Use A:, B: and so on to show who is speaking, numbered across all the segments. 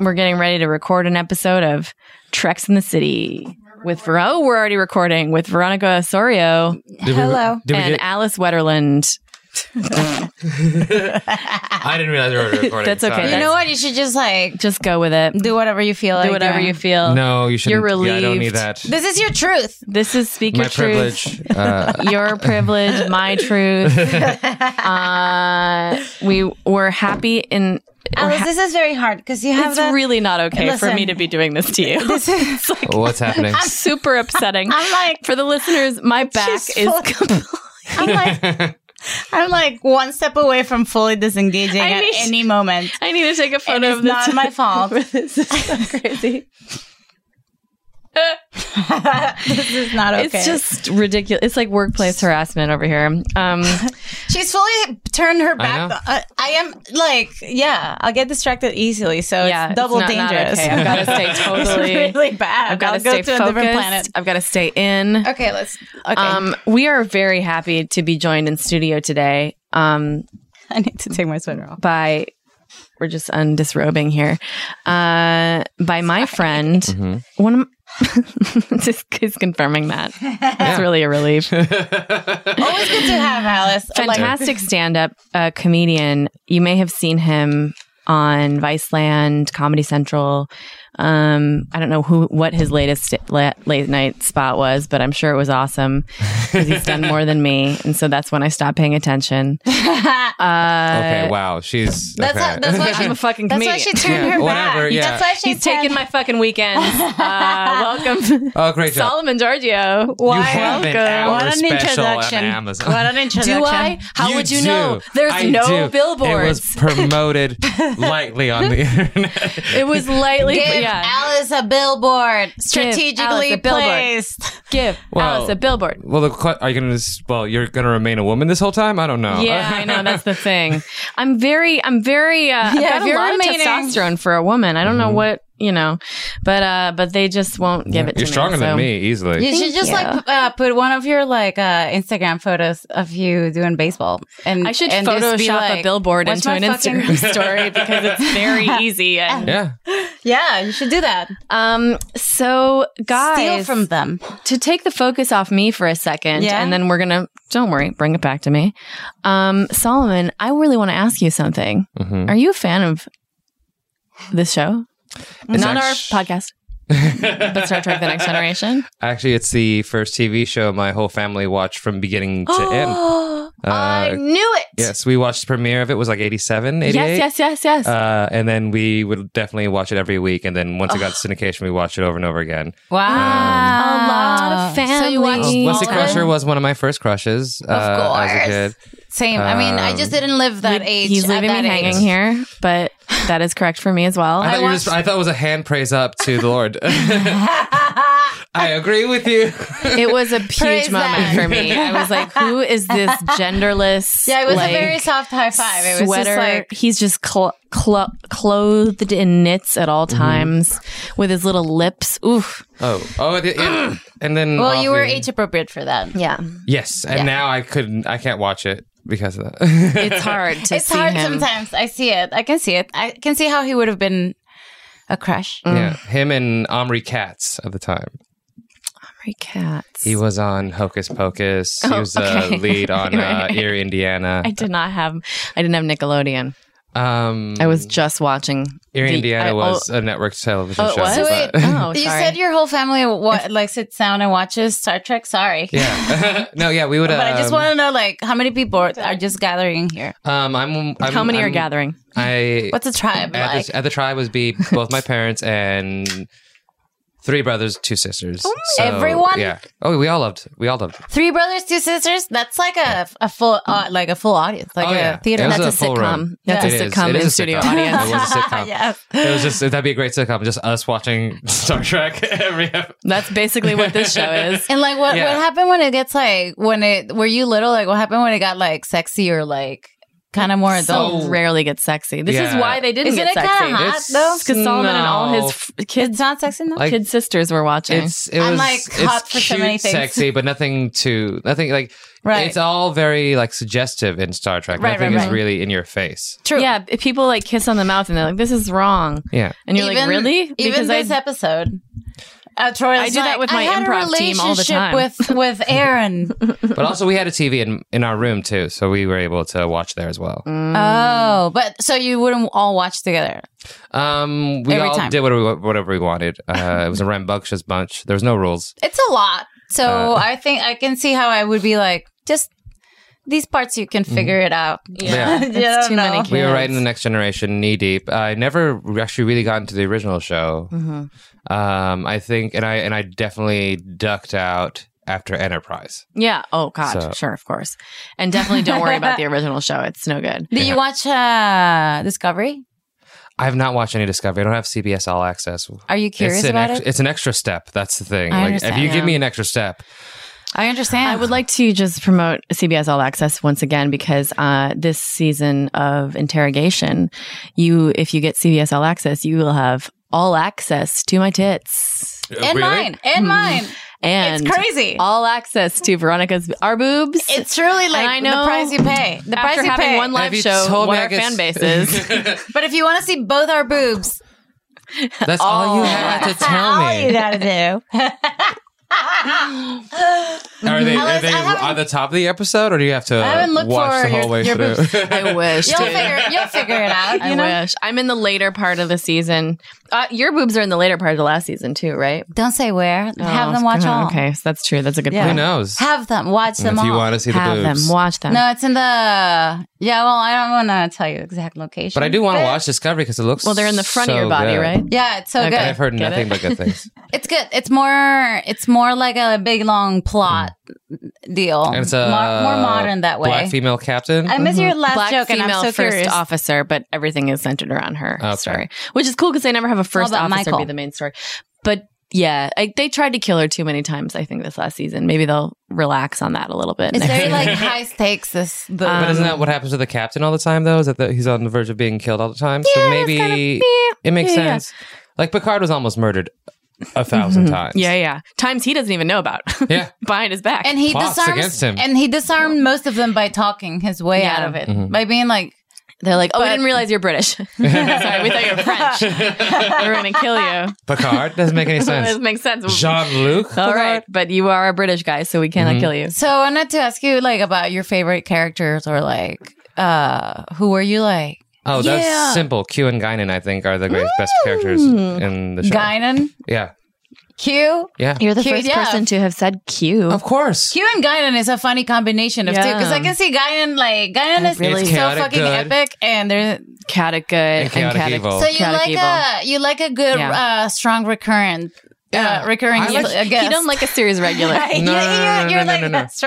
A: we're getting ready to record an episode of Treks in the City with Ver- oh, we're already recording with Veronica Osorio
B: Did
C: Hello.
B: We, did we
A: and
B: get,
A: Alice Wetterland.
B: I didn't realize we were recording.
A: That's okay.
B: sorry.
C: You
A: That's-
C: know what? You should just like
A: Just go with it.
C: do whatever you feel like.
A: Do whatever
C: doing.
A: you feel.
B: No, you should.
A: You're
B: Yeah, I don't need
A: relieved.
B: that.
C: This is your truth.
A: This is speak
B: My
A: your truth.
B: privilege. Uh,
A: Your privilege, my truth. Uh, we were happy in.
C: Alice, this is very hard because you have
A: It's
C: that.
A: really not okay for
C: Listen.
A: me to be doing this to you.
C: this is,
B: what's happening?
A: Super upsetting.
C: I'm like-
A: for the listeners, my back
C: She's
A: is
C: full- I'm like, I'm like one step away from fully disengaging
A: I
C: at
A: mean-
C: any moment.
A: I need to take a
C: And
A: photo
C: it's
A: of this.
C: not my fault.
A: this is so crazy.
C: this is not okay.
A: It's just ridiculous. It's like workplace harassment over here. Um,
C: she's fully turned her back.
B: know.
C: I, I am like, yeah, I'll get distracted easily, so
A: yeah,
C: it's double
A: not- not
C: dangerous.
A: okay. I've got to stay totally.
C: it's really bad.
A: I've got
C: I'll
A: to stay
C: go to a different planet.
A: focused. I've got to stay in.
C: Okay, let's. Okay,
A: Um, we are very happy to be joined in studio today. Um,
C: I need to take my sweater off.
A: by we're just undisrobing here uh by my friend one of m- just is confirming that it's really a relief
C: Always good to have Alice. Like,
A: fantastic stand-up uh, comedian you may have seen him on viceland comedy central um i don't know who what his latest la- late night spot was but i'm sure it was awesome because he's done more than me and so that's when i stopped paying attention Uh,
B: okay. Wow. She's.
C: that's
B: okay.
C: how- that's why she
A: i'm a fucking
C: That's
A: comedian
C: why she turned her
B: whatever,
C: back.
B: yeah.
C: That's why she's
A: He's taking my fucking weekends. Uh, welcome,
B: oh, great job.
A: Solomon Giorgio.
B: you have an hour
C: What an
B: special
C: introduction.
B: on Amazon.
C: What an introduction.
A: Do I? How would you
B: do.
A: know? There's
B: I
A: no
B: do. It
A: billboards.
B: was promoted lightly on the internet.
A: It was, lightly,
C: Give
A: yeah.
C: Alice a billboard
A: Alice
C: strategically
A: a billboard.
C: placed.
A: give
B: Well-
A: Alice a billboard.
B: Well, the que- are you gonna? s- Well, you're gonna remain a woman this whole time. I don't know.
A: Yeah, I know that's the thing. I'm very, I'm very, uh, I've
C: Yeah,
A: got a
C: you're
A: lot
C: remaining-
A: of testosterone for a woman. I don't
B: Mm-hmm.
A: know what you know, but uh, but they just won't give it. to
B: You're stronger than
A: so-
B: me easily.
C: You should just like p- uh, put one of your like uh, Instagram photos of you doing baseball, and
A: I should
C: and just be
A: Photoshop
C: like,
A: a billboard
C: "What's
A: into
C: my
A: an
C: fucking-"
A: Instagram story because it's very easy. And,
B: Yeah.
C: Yeah, you should do that.
A: um, so guys,
C: Steal from them.
A: to take the focus off me for a second,
C: Yeah.
A: and then we're gonna don't worry, bring it back to me. Um, Solomon, I really want to ask you something.
B: Mm-hmm.
A: Are you a fan of this show?
B: act-
A: Not our podcast, but Star Trek: The Next Generation.
B: Actually, it's the first TV show my whole family watched from beginning to end.
A: Oh,
C: I knew it.
B: Yes, we watched the premiere of it was like 87, 88.
A: yes, yes, yes, yes.
B: Uh, and then we would definitely watch it every week. And then once it got syndication, we watched it over and over again.
C: Wow,
A: a lot
C: So
A: of family.
C: you watched all
B: Wesley
C: of
B: Crusher was one of my first crushes uh, as a
C: course.
B: kid.
C: Same. I mean, I just didn't live that age.
A: He's
C: at
A: leaving me
C: that age.
A: hanging here, but that is correct for me as well.
B: Um, I thought, you were just, I thought it was a hand praise up to the Lord. I agree with you.
A: it was a huge
C: Praise
A: moment
C: them.
A: for me. I was like, "Who is this genderless?"
C: Yeah, it was
A: like,
C: a very soft high five. It was
A: sweater.
C: just like
A: He's just cl- cl- clothed in knits at
B: Mm-hmm.
A: all times, with his little lips. Oof.
B: Oh, oh, the, and, and then.
C: Well, you were
B: obviously-
C: age appropriate for that.
A: Yeah,
B: Yes, and now I couldn't. I can't watch it because of that.
A: it's hard to
C: It's
A: see
C: hard
A: him.
C: sometimes. I see it. I can see it. I can see how he would have been a crush.
B: Yeah, him and Omri Katz at the time.
A: Three cats.
B: He was on Hocus Pocus. he
A: Oh,
B: was
A: okay.
B: a lead on
A: Right,
B: uh,
A: right.
B: Erie, Indiana.
A: I did not have. I didn't have Nickelodeon.
B: Um,
A: I was just watching.
B: Erie,
A: the-
B: Indiana
A: I- oh,
B: was a network television
A: Oh, it
B: show.
A: was?
C: So
B: but-
C: wait,
A: Oh,
C: you
A: sorry.
C: said your whole family wa- like sits down and watches Star Trek. Sorry,
B: yeah, no, yeah, we would.
A: Oh,
C: but I just
B: um,
C: want to know like how many people are just gathering here.
B: Um, I'm, I'm.
A: How many are
B: I'm-
A: gathering?
B: I
C: What's a tribe
B: at,
C: like?
B: the, at the tribe was be both my parents and three brothers, two sisters.
A: Oh,
B: So,
C: Everyone?
B: yeah. Oh, we all loved. We all loved.
C: Three brothers, two sisters. That's like a a full uh, like a full audience, like
B: oh,
C: a
B: yeah.
C: theater.
B: It was
C: That's
B: a
A: a
B: full
A: sitcom.
B: run.
A: That's a
B: It is.
A: sitcom
B: It is
A: in
B: a
A: studio
B: sitcom.
A: audience.
B: It was a sitcom.
C: Yes.
B: It was just that'd be a great sitcom. Just us watching Star Trek every. ep-
A: That's basically what this show is.
C: And like what
B: Yeah.
C: what happened when it gets like when it were you little like what happened when it got like sexy or like kind of more adult?
A: So rarely gets sexy. This is
B: Yeah.
A: why they didn't
C: Isn't
A: get
C: it
A: sexy.
C: kind of hot
B: It's-
C: though?
A: Because Solomon and all his f-
C: It's
A: kids,
C: not sexy though.
B: Like-
A: kid sisters were watching.
B: It's it
C: I'm,
B: was
C: like,
B: it's
C: hot for so
B: cute,
C: many things.
B: sexy, but nothing too nothing like.
C: Right.
B: It's all very like suggestive in Star Trek.
C: Right,
B: nothing
C: right,
B: is
C: right.
B: really in your face.
C: True.
A: Yeah, p- people like kiss on the mouth and they're like, "This is wrong,"
B: Yeah.
A: and you're like,
C: Even-
A: "Really?"
C: Even
A: Because I
C: this episode. Uh, Troy was
A: I do that
C: like,
A: with
C: I
A: my
C: had a
A: improv team all the
C: relationship
A: time."
C: with with Aaron.
B: But also, we had a TV in in our room too, so we were able to watch there as well.
A: Mm.
C: oh, but so you wouldn't all watch together.
B: Um, we
C: Every
B: all
C: time.
B: did whatever we, whatever we wanted. Uh, it was a rambunctious bunch. There was no rules.
C: It's a lot. So
A: Uh.
C: I think I can see how I would be like, just these parts you can
A: Mm-hmm.
C: figure it out.
B: Yeah.
C: You don't
A: too many
C: know.
A: kids.
B: We were right in the next generation, knee deep. I never actually really got into the original show.
A: Mm-hmm.
B: Um, I think, and I and I definitely ducked out after Enterprise.
A: yeah. Oh God,
B: So-
A: sure, of course, and definitely don't worry about the original show. It's no good.
C: Did you watch uh, Discovery?
B: I have not watched any Discovery. I don't have CBS All Access.
C: Are you curious
B: it's an
C: about
B: ex-
C: it?
B: It's an extra step. That's the thing.
C: I
B: like, if
C: understand,
B: you give
A: yeah.
B: me an extra step,
C: I understand.
A: I would like to just promote CBS All Access once again because uh, this season of interrogation, you if you get CBS All Access, you will have all access to my tits
C: and mine, and mine.
A: Uh, Hmm. and
C: It's crazy.
A: all access to Veronica's our boobs.
C: It's truly like
A: I know
C: the price you pay. The price
A: after
C: you
A: having
C: pay.
A: one live
B: Have you
A: show,
B: told
A: what
B: me I
A: our
B: could-
A: fan base is.
C: but if you want to see both our boobs, Oh.
B: That's all, you had to tell
C: all you
B: me.
C: gotta do.
B: Are they, are
C: Mm-hmm. Alice,
B: they
C: I haven't-
B: on the top of the episode, or do you have to
C: haven't looked
B: watch
C: for
B: the whole
C: your-
B: way
C: your
B: through?
A: I wish.
C: You'll
A: dude.
C: figure. You'll figure it out. You
A: I
C: know.
A: wish. I'm in the later part of the season. Uh, your boobs are in the later part of the last season too, right?
C: Don't say where. Have
A: Oh,
C: them watch
A: God,
C: all.
A: Okay, so that's true. That's a good
C: Yeah.
B: Who
A: point.
B: knows?
C: Have them watch them
B: if
C: all.
B: you want to see
A: Have
B: the
A: them
B: boobs.
A: watch them.
C: no, it's in the. Yeah. Well, I don't want to tell you exact location.
B: But I do want to watch Discovery because it looks
A: well, they're in the front of
B: so
A: your body,
B: good.
A: right?
C: Yeah, it's so
A: Okay.
B: And I've
C: good.
B: heard
A: Get
B: nothing
A: it?
B: but good things,
C: It's good. It's more. It's more like a big long plot deal.
B: Mm. and it's
C: more,
B: a
C: more modern that way.
B: Black female captain.
C: I miss your last
A: Black
C: joke, and
A: female
C: I'm so
A: first
C: curious.
A: officer, but everything is centered around her
B: Okay.
A: story, which is cool because they never have a first
C: about
A: officer
C: Michael?
A: be the main story. But yeah, I, they tried to kill her too many times. I think this last season, maybe they'll relax on that a little bit.
C: It's
A: next
C: very
A: season.
C: like high stakes. This, um, the,
B: but isn't
A: Um,
B: that what happens to the captain all the time, though? Is that the, he's on the verge of being killed all the time? so maybe it makes
A: yeah, yeah.
B: sense. Like Picard was almost murdered a 1000 times.
A: yeah, yeah, times he doesn't even know about.
B: Yeah.
A: behind his back.
C: and he
B: plots
C: disarms
B: against him.
C: and he disarmed most of them by talking his way
A: Yeah.
C: out of it
B: Mm-hmm.
C: by being like they're like
A: Oh, we didn't realize you're British. Sorry, we thought you were French. we were going to kill you.
B: Picard doesn't make any
A: this
B: sense.
A: makes sense.
B: Jean Luc.
A: All right, but you are a British guy, so we
B: Mm-hmm.
A: cannot kill you.
C: so I wanted to ask you like about your favorite characters or like uh who were you like
B: Oh, that's
C: Yeah.
B: simple. Q and Guinan, I think, are the great, best characters
A: Hmm.
B: in the show.
C: Guinan
B: Yeah,
C: Q
B: yeah.
A: You're the
C: Cute,
A: first
C: yeah.
A: person to have said Q.
B: of course.
C: Q and Guinan is a funny combination of two
A: Yeah.
C: because I can see Guinan like Guinan is
B: really- It's
C: so
B: chaotic
C: fucking
B: good.
C: epic and there
A: Chaotic good and
B: chaotic evil.
C: so you
A: chaotic
C: like
A: evil.
C: a you like a good
A: Yeah.
C: uh strong recurrent
B: Yeah.
C: uh, recurring
B: I like-
C: uh, guest.
A: You don't like a series regular.
C: Right.
B: No,
C: you,
B: no, no, no,
C: are
B: no,
C: like,
B: no, no.
C: that's tr-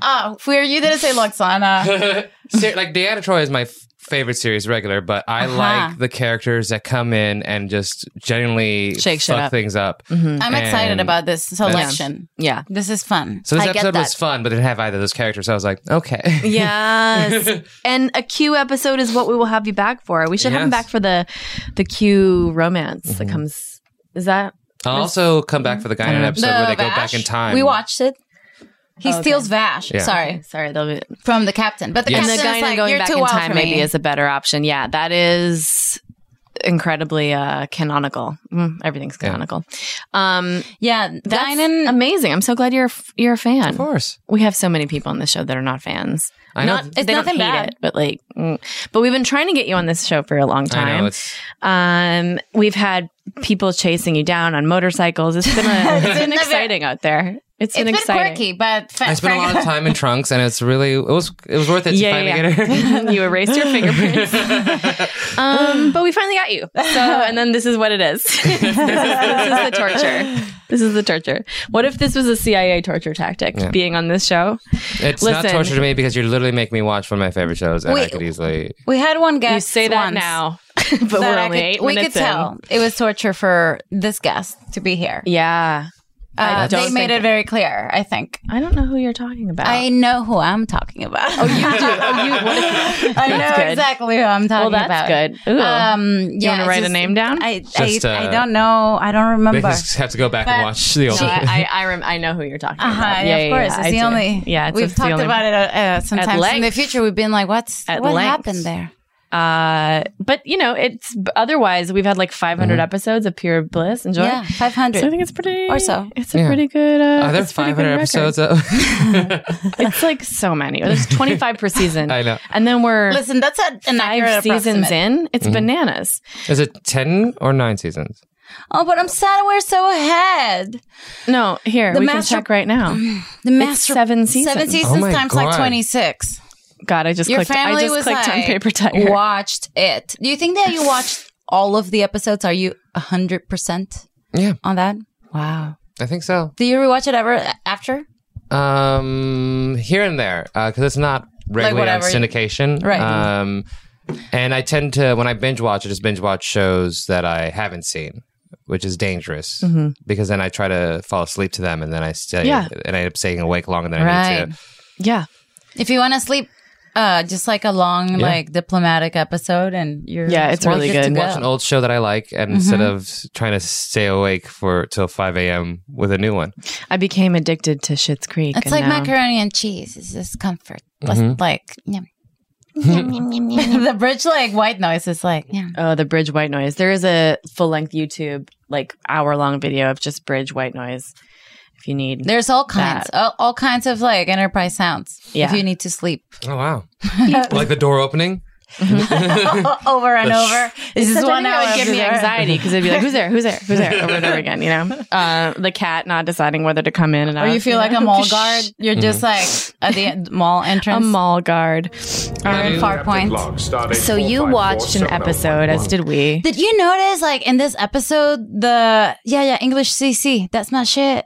C: Oh, weird. You didn't say Loxana.
A: Uh.
B: Ser- like Deanna Troy is my f- favorite series regular, but I
C: Uh-huh.
B: like the characters that come in and just genuinely
A: Shake shit
B: fuck
A: up.
B: things up.
C: I'm excited
B: And-
C: about this selection.
A: Mm-hmm. yeah.
C: This is fun.
B: So this
A: I get
B: episode was
A: that.
B: fun, but it didn't have either of those characters. So I was like, okay.
A: Yes. and a Q episode is what we will have you back for. We should have him
B: Yes. Mm-hmm.
A: back for the the Q romance that comes. Is that
B: I'll also come back for the Guinan episode where they go
C: Vash,
B: back in time.
C: We watched it. He steals Vash.
B: Yeah.
C: Sorry,
A: Oh, sorry? They'll be
C: from the captain. But the
B: Yes.
A: and the
C: captain
A: guy
C: is like,
A: going
C: "You're
A: back
C: too
A: in
C: wild
A: time
C: for
A: maybe
C: me."
A: is a better option. Yeah, that is incredibly uh, canonical. Mm, everything's
B: Yeah.
A: canonical. Um,
C: Yeah,
A: that's
C: Dinan.
A: amazing. I'm so glad you're a f- you're a fan.
B: Of course.
A: We have so many people on this show that are not fans.
B: I know.
A: not
C: It's
A: they don't
C: nothing
A: hate
C: bad.
A: it, but like, mm. but we've been trying to get you on this show for a long
B: I know
A: time.
B: it's
A: Um, we've had people chasing you down on motorcycles. It's been a, it's been
C: been a
A: exciting out there. It's
C: it's
A: been
C: been
A: exciting.
C: quirky, but fa-
B: I spent a lot of time in trunks, and it's really it was it was worth it to
A: Yeah,
B: finally
A: yeah,
B: get her.
A: yeah. you erased your fingerprints. um, but we finally got you. So, and then this is what it is. this, is the torture. This is the torture. What if this was a CIA torture tactic?
B: Yeah.
A: Being on this show,
B: It's not
A: Listen.
B: torture to me because you're literally making me watch one of my favorite shows, and I
C: Wait.
B: could easily.
C: we had one guest.
A: you say that
C: once
A: now, but we're
C: that I
A: only
C: could-
A: eight
C: we
A: minutes
C: could tell it was torture for this guest to be here.
A: in. Yeah,
C: Uh,
A: don't
C: they made
A: think
C: it very clear. I think
A: I don't know who you're talking about.
C: I know who I'm talking about. Oh, you do.
A: you- what-
C: I know
A: That's good.
C: exactly who I'm
A: well,
C: talking
A: that's
C: about.
A: good. Ooh.
C: Um, yeah,
A: you want to
C: it's
A: write a
C: just-
A: name down?
C: I
B: Just,
C: I, I
B: uh,
C: don't know. I don't
B: They
C: remember.
B: just have to go back and
C: But
B: watch the old.
A: No, I, I, I, rem- I know who you're talking
C: Uh-huh,
A: about.
C: yeah, of course. it's
A: I
C: the
A: do.
C: only.
A: Yeah, it's
C: we've
A: it's the
C: talked
A: only-
C: about it uh, uh, sometimes. In the
A: length.
C: future, we've been like, "What's
A: At
C: what
A: length.
C: happened there?"
A: Uh, but you know, it's otherwise we've had like 500
B: Mm-hmm.
A: episodes of pure bliss and joy.
C: Yeah, five
A: So I
C: hundred.
A: think it's pretty,
C: Or so.
A: It's a
B: Yeah.
A: pretty good. Uh,
B: Are there
A: it's a pretty
B: 500
A: good
B: episodes?
A: record.
B: Of-
A: It's like so many. There's 25 per season.
B: I know.
A: And then we're
C: Listen, that's a, an
A: five
C: accurate
A: seasons
C: approximate.
A: in. It's bananas.
B: Is it ten or nine seasons?
C: Oh, but I'm sad we're so ahead.
A: No, here
C: The
A: we
C: master-
A: can check right now.
C: The master
A: seven seasons.
C: Seven
B: Oh
C: seasons
B: my
C: times like
B: God.
C: twenty six.
A: God, I just
C: Your
A: clicked. I
C: family
A: just
C: was
A: clicked
C: like,
A: on paper tiger.
C: watched it. Do you think that you watched all of the episodes? Are you hundred percent
B: Yeah,
C: on that?
A: Wow.
B: I think so.
C: Do you rewatch it ever a- after?
B: Um, here and there, because it's not regularly on
C: whatever you-
B: syndication,
C: Right.
B: Um, and I tend to when I binge watch, I just binge watch shows that I haven't seen, which is dangerous
A: Mm-hmm.
C: Mm-hmm.
B: because then I try to fall asleep to them, and then I stay
A: Yeah.
B: and I end up staying awake longer than I
C: Right.
B: need to.
A: Yeah.
C: If you want to sleep, uh, just like a long,
B: Yeah.
C: like diplomatic episode, and you're
A: Yeah, it's really
C: good to Mm-hmm.
A: good.
C: go.
B: Watch an old show that I like, and instead of trying to stay awake for till five a.m. with a new one,
A: I became addicted to Schitt's Creek.
C: It's
A: and
C: like
A: now-
C: macaroni and cheese. It's just comfort. Just like yum. Yum, yum, yum, yum. the bridge like white noise is like yeah.
A: Oh, the bridge white noise. There is a full length YouTube, like hour long video of just bridge white noise if you need.
C: There's all kinds, all, all kinds of like enterprise sounds.
A: Yeah.
C: If you need to sleep
B: oh wow, like the door opening.
C: Oh, over and over, this is
A: Sometimes
C: one
A: that
C: hour.
A: would give me
C: episode.
A: anxiety because it'd be like, who's there? Who's there? Who's there? Over and over again, you know? Uh, the cat not deciding whether to come in and out.
C: Or you feel like
A: know?
C: a mall guard.
B: Mm-hmm.
C: You're just like at the en- mall
A: A
C: entrance.
A: mall guard.
C: You're in Far Point.
A: So you watched an episode, as did we.
C: Did you notice like in this episode the yeah yeah English CC that's my shit.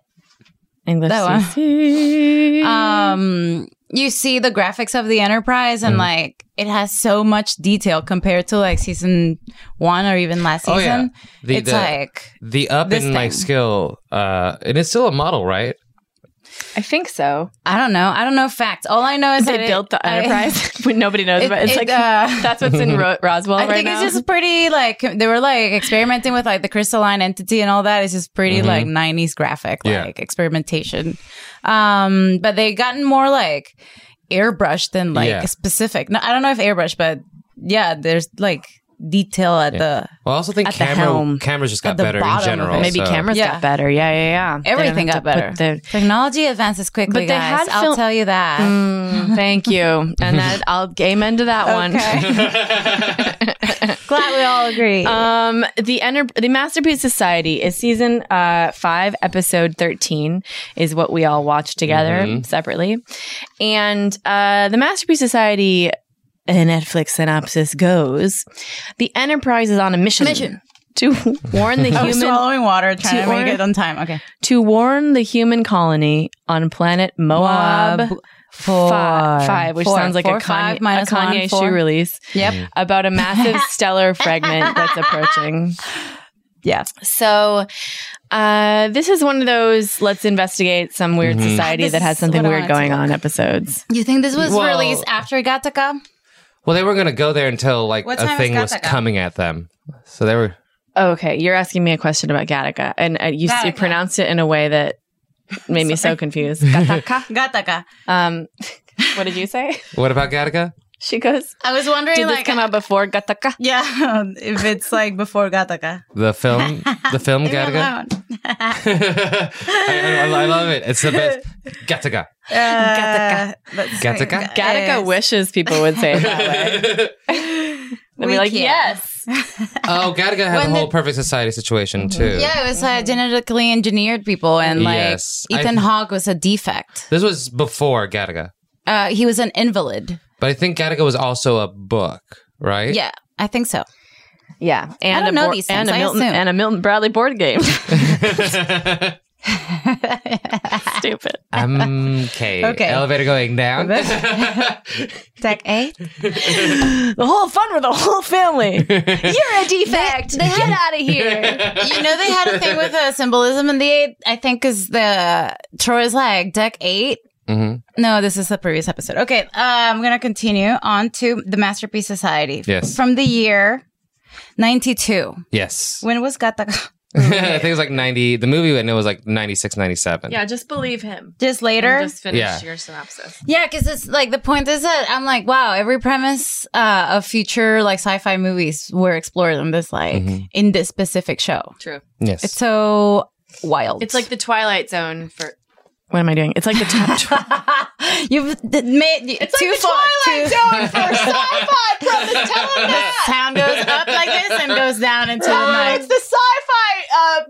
A: English
C: That one.
A: CC.
C: um you see the graphics of the enterprise
B: Mm.
C: and like it has so much detail compared to like season one or even last
B: Oh,
C: season
B: yeah. The-
C: it's
B: the-
C: like
B: The up
C: This
B: in like
C: thing.
B: skill, uh, and it's still a model, right?
A: I think so.
C: i don't know i don't know facts all i know is that
A: They
C: it-
A: built the
C: I-
A: Enterprise, but nobody knows
C: It-
A: about it. It's
C: it,
A: like,
C: uh,
A: that's what's in Ro- Roswell
C: I
A: right
C: think
A: now.
C: it's just pretty like they were like experimenting with like the crystalline entity and all that. It's just pretty like nineties graphic
B: Mm-hmm. Yeah.
C: like experimentation. Um, but they gotten more like airbrushed than like
B: Yeah.
C: specific. No, I don't know if airbrush, but yeah, there's like detail at the
B: Well, I also think
A: At the
B: camera,
A: helm.
B: cameras just
C: At
B: got
C: the
B: better in
C: bottom of
B: general.
C: it.
A: Maybe
B: so-
A: cameras
C: Yeah.
A: got better. Yeah, yeah, yeah. They
C: everything
A: don't have
C: got
A: to
C: better.
A: put the-
C: Technology advances quickly,
A: But they
C: guys.
A: had
C: I'll
A: film-
C: tell you that.
A: Mm, thank you. And that I'll amen to that one.
C: Glad we all agree.
A: Um, the Enter- the Masterpiece Society is season uh, five, episode thirteen, is what we all watched together separately, and uh, the Masterpiece Society. A Netflix synopsis goes: The Enterprise is on a mission,
C: Mission.
A: to warn the
C: I'm
A: human
C: swallowing water, trying to
A: to
C: make
A: order-
C: it on time. Okay.
A: to warn the human colony on planet Moab,
C: Moab four-
A: fi- five, which
C: four.
A: sounds like
C: Four,
A: a Kanye,
C: five,
A: a
C: minus one,
A: Kanye
C: four.
A: shoe release.
C: Yep.
A: About a massive stellar fragment that's approaching.
C: Yeah.
A: So, uh, this is one of those let's investigate some weird
B: Mm-hmm.
A: society
C: This
A: that has
C: is
A: something
C: what I
A: weird
C: wanted to
A: going
C: look.
A: on episodes.
C: You think this was
B: Well-
C: released after Gattaca?
B: Well, they were going to go there until like
C: What
B: a
C: time
B: thing
C: is
B: was
C: Gattaca?
B: coming at them. So they were.
A: Okay, you're asking me a question about Gattaca, and uh, you, you
C: Gattaca.
A: pronounced it in a way that made me so confused. Gattaca.
C: Gattaca.
A: Um, what did you say?
B: What about Gattaca?
A: She goes,
C: I was wondering,
A: Did this
C: like,
A: come out before Gataka?
C: yeah, if it's like before Gataka.
B: The film, the film
C: Leave me
B: Oh, Gattaca.
C: alone.
B: I, I- I love it. It's the best. Gattaca.
C: Uh, that's right.
B: Gattaca?
C: Ga-
A: Gattaca
C: yes.
A: wishes people would say it that way. They'd
C: We
A: be like,
C: can't.
A: yes.
B: Oh, Gattaca had
C: When
B: the whole
C: the-
B: perfect society situation too.
C: Yeah, it was uh, genetically engineered people, and like
B: Yes. I-
C: Ethan Hawke was a defect.
B: This was before Gattaca,
C: Uh, he was an invalid.
B: but I think Gattaca was also a book, right?
C: Yeah, I think so.
A: Yeah. And
C: don't
A: a
C: know
A: board-
C: these things,
A: and a
C: I
A: Milton
C: assume.
A: and a Milton Bradley board game. Stupid.
B: Okay.
C: Okay.
B: Elevator going down.
C: Deck eight.
A: The whole fun with the whole family. You're a defect. Get out of here.
C: you know they had a thing with uh, symbolism in the eight. I think is the Troy's like deck eight.
B: Mhm.
C: No, this is the previous episode. Okay, uh, I'm gonna continue on to the Masterpiece Society.
B: Yes.
C: from the year ninety two.
B: Yes.
C: When was Gattaca?
B: I think it was like 90. The movie and it was like 96, 97.
D: Yeah, just believe him.
C: Just later.
D: Just finish
B: Yeah.
D: your synopsis.
C: yeah, because it's like the point is that I'm like, wow, every premise uh, of future like sci-fi movies were explored in this like in this specific show.
D: True.
B: Mm-hmm. Yes.
C: It's so wild.
D: It's like the Twilight Zone for
A: What am I doing? It's like the top.
C: You've d- made it's
D: like the Twilight
C: Zone for sci-fi from the The sound goes up like this and goes down into
A: Oh,
C: the night.
D: the sci-fi. Uh,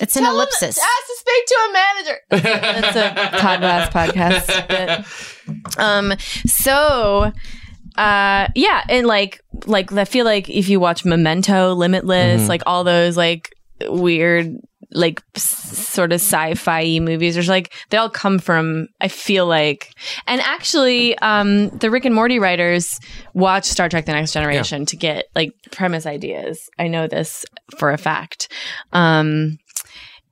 C: It's an ellipsis.
D: to speak to a manager.
A: That's a Todd Glass podcast.
C: Uh,
A: bit. um, so, uh, yeah, and like, like I feel like if you watch Memento, Limitless, like all those like weird, like s- sort of sci-fi movies, there's like they all come from. I feel like, and actually, um, the Rick and Morty writers watch Star Trek: The Next Generation to get like premise ideas. I know this for a fact. Um,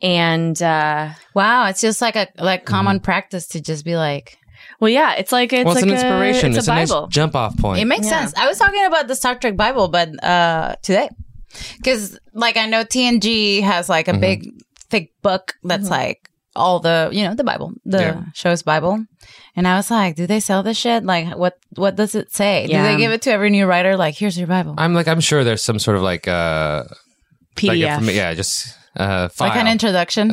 A: and uh
C: Wow, it's just like a like common practice to just be like.
A: Well, yeah, it's like it's,
B: well, it's
A: like
B: an inspiration.
A: A,
B: it's
A: it's a Bible.
B: nice jump off point.
C: It makes sense. I was talking about the Star Trek Bible, but uh today, because like I know TNG has like a
B: Mm-hmm.
C: big thick book that's like all the you know the Bible, the
B: Yeah.
C: show's Bible, and I was like, do they sell this shit? Like, what what does it say? Do
A: Yeah.
C: they give it to every new writer? Like, here's your Bible.
B: I'm like, I'm sure there's some sort of like, uh, like
A: PDF.
B: informa- yeah, just uh, file.
C: like an introduction.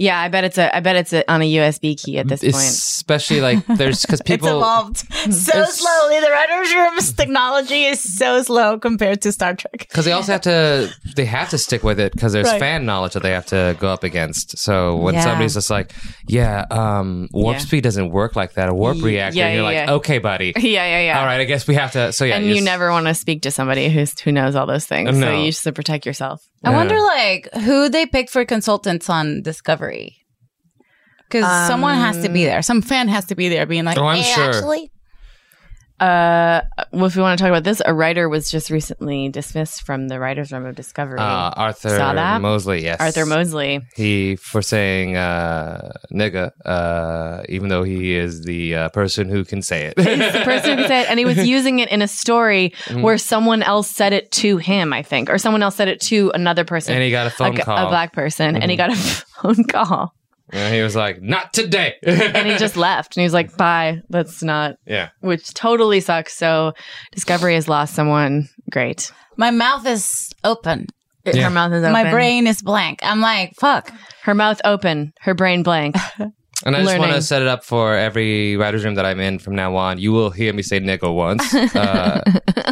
A: yeah, I bet it's a. I bet it's a, on a USB key at this point.
B: Especially like there's because people.
C: it's evolved so
B: It's-
C: slowly. The writers' room's technology is so slow compared to Star Trek.
B: because they also have to they have to stick with it because there's
C: Right.
B: fan knowledge that they have to go up against so when
C: Yeah.
B: somebody's just like yeah um warp
A: Yeah.
B: speed doesn't work like that a warp reactor
A: yeah,
B: and you're
A: yeah,
B: like
A: yeah.
B: okay buddy
A: Yeah, yeah, yeah.
B: all right i guess we have to so yeah
A: and
B: you're
A: you
B: s- uh,
A: never want to speak to somebody who's who knows all those things. So
B: No.
A: you just protect yourself.
C: I
B: Yeah.
C: wonder, like, who they picked for consultants on Discovery. Because someone has to be there. Some fan has to be there being like,
B: Oh, I'm
C: "Eh,
B: sure.
C: actually.
A: Uh, well, if we want to talk about this, a writer was just recently dismissed from the writers' room of Discovery.
B: uh, arthur
A: Saw that?
B: mosley yes
A: Arthur Mosley.
B: he for saying uh nigga uh even though he is the uh, person who can say it
A: the person who said it, and he was using it in a story
B: Mm-hmm.
A: where someone else said it to him, I think, or someone else said it to another person.
B: and he got a phone
A: a,
B: call Mm-hmm.
A: a black person, and he got a phone call,
B: and he was like not today
A: and he just left, and he was like, "Bye, that's not
B: yeah
A: which totally sucks. So Discovery has lost someone great.
C: My mouth is open.
A: Her mouth is open.
C: My brain is blank. I'm like, fuck.
A: Her mouth open. Her brain blank.
B: And I just want
A: learning.
B: to set it up for every writer's room that I'm in from now on. You will hear me say nickel once, uh,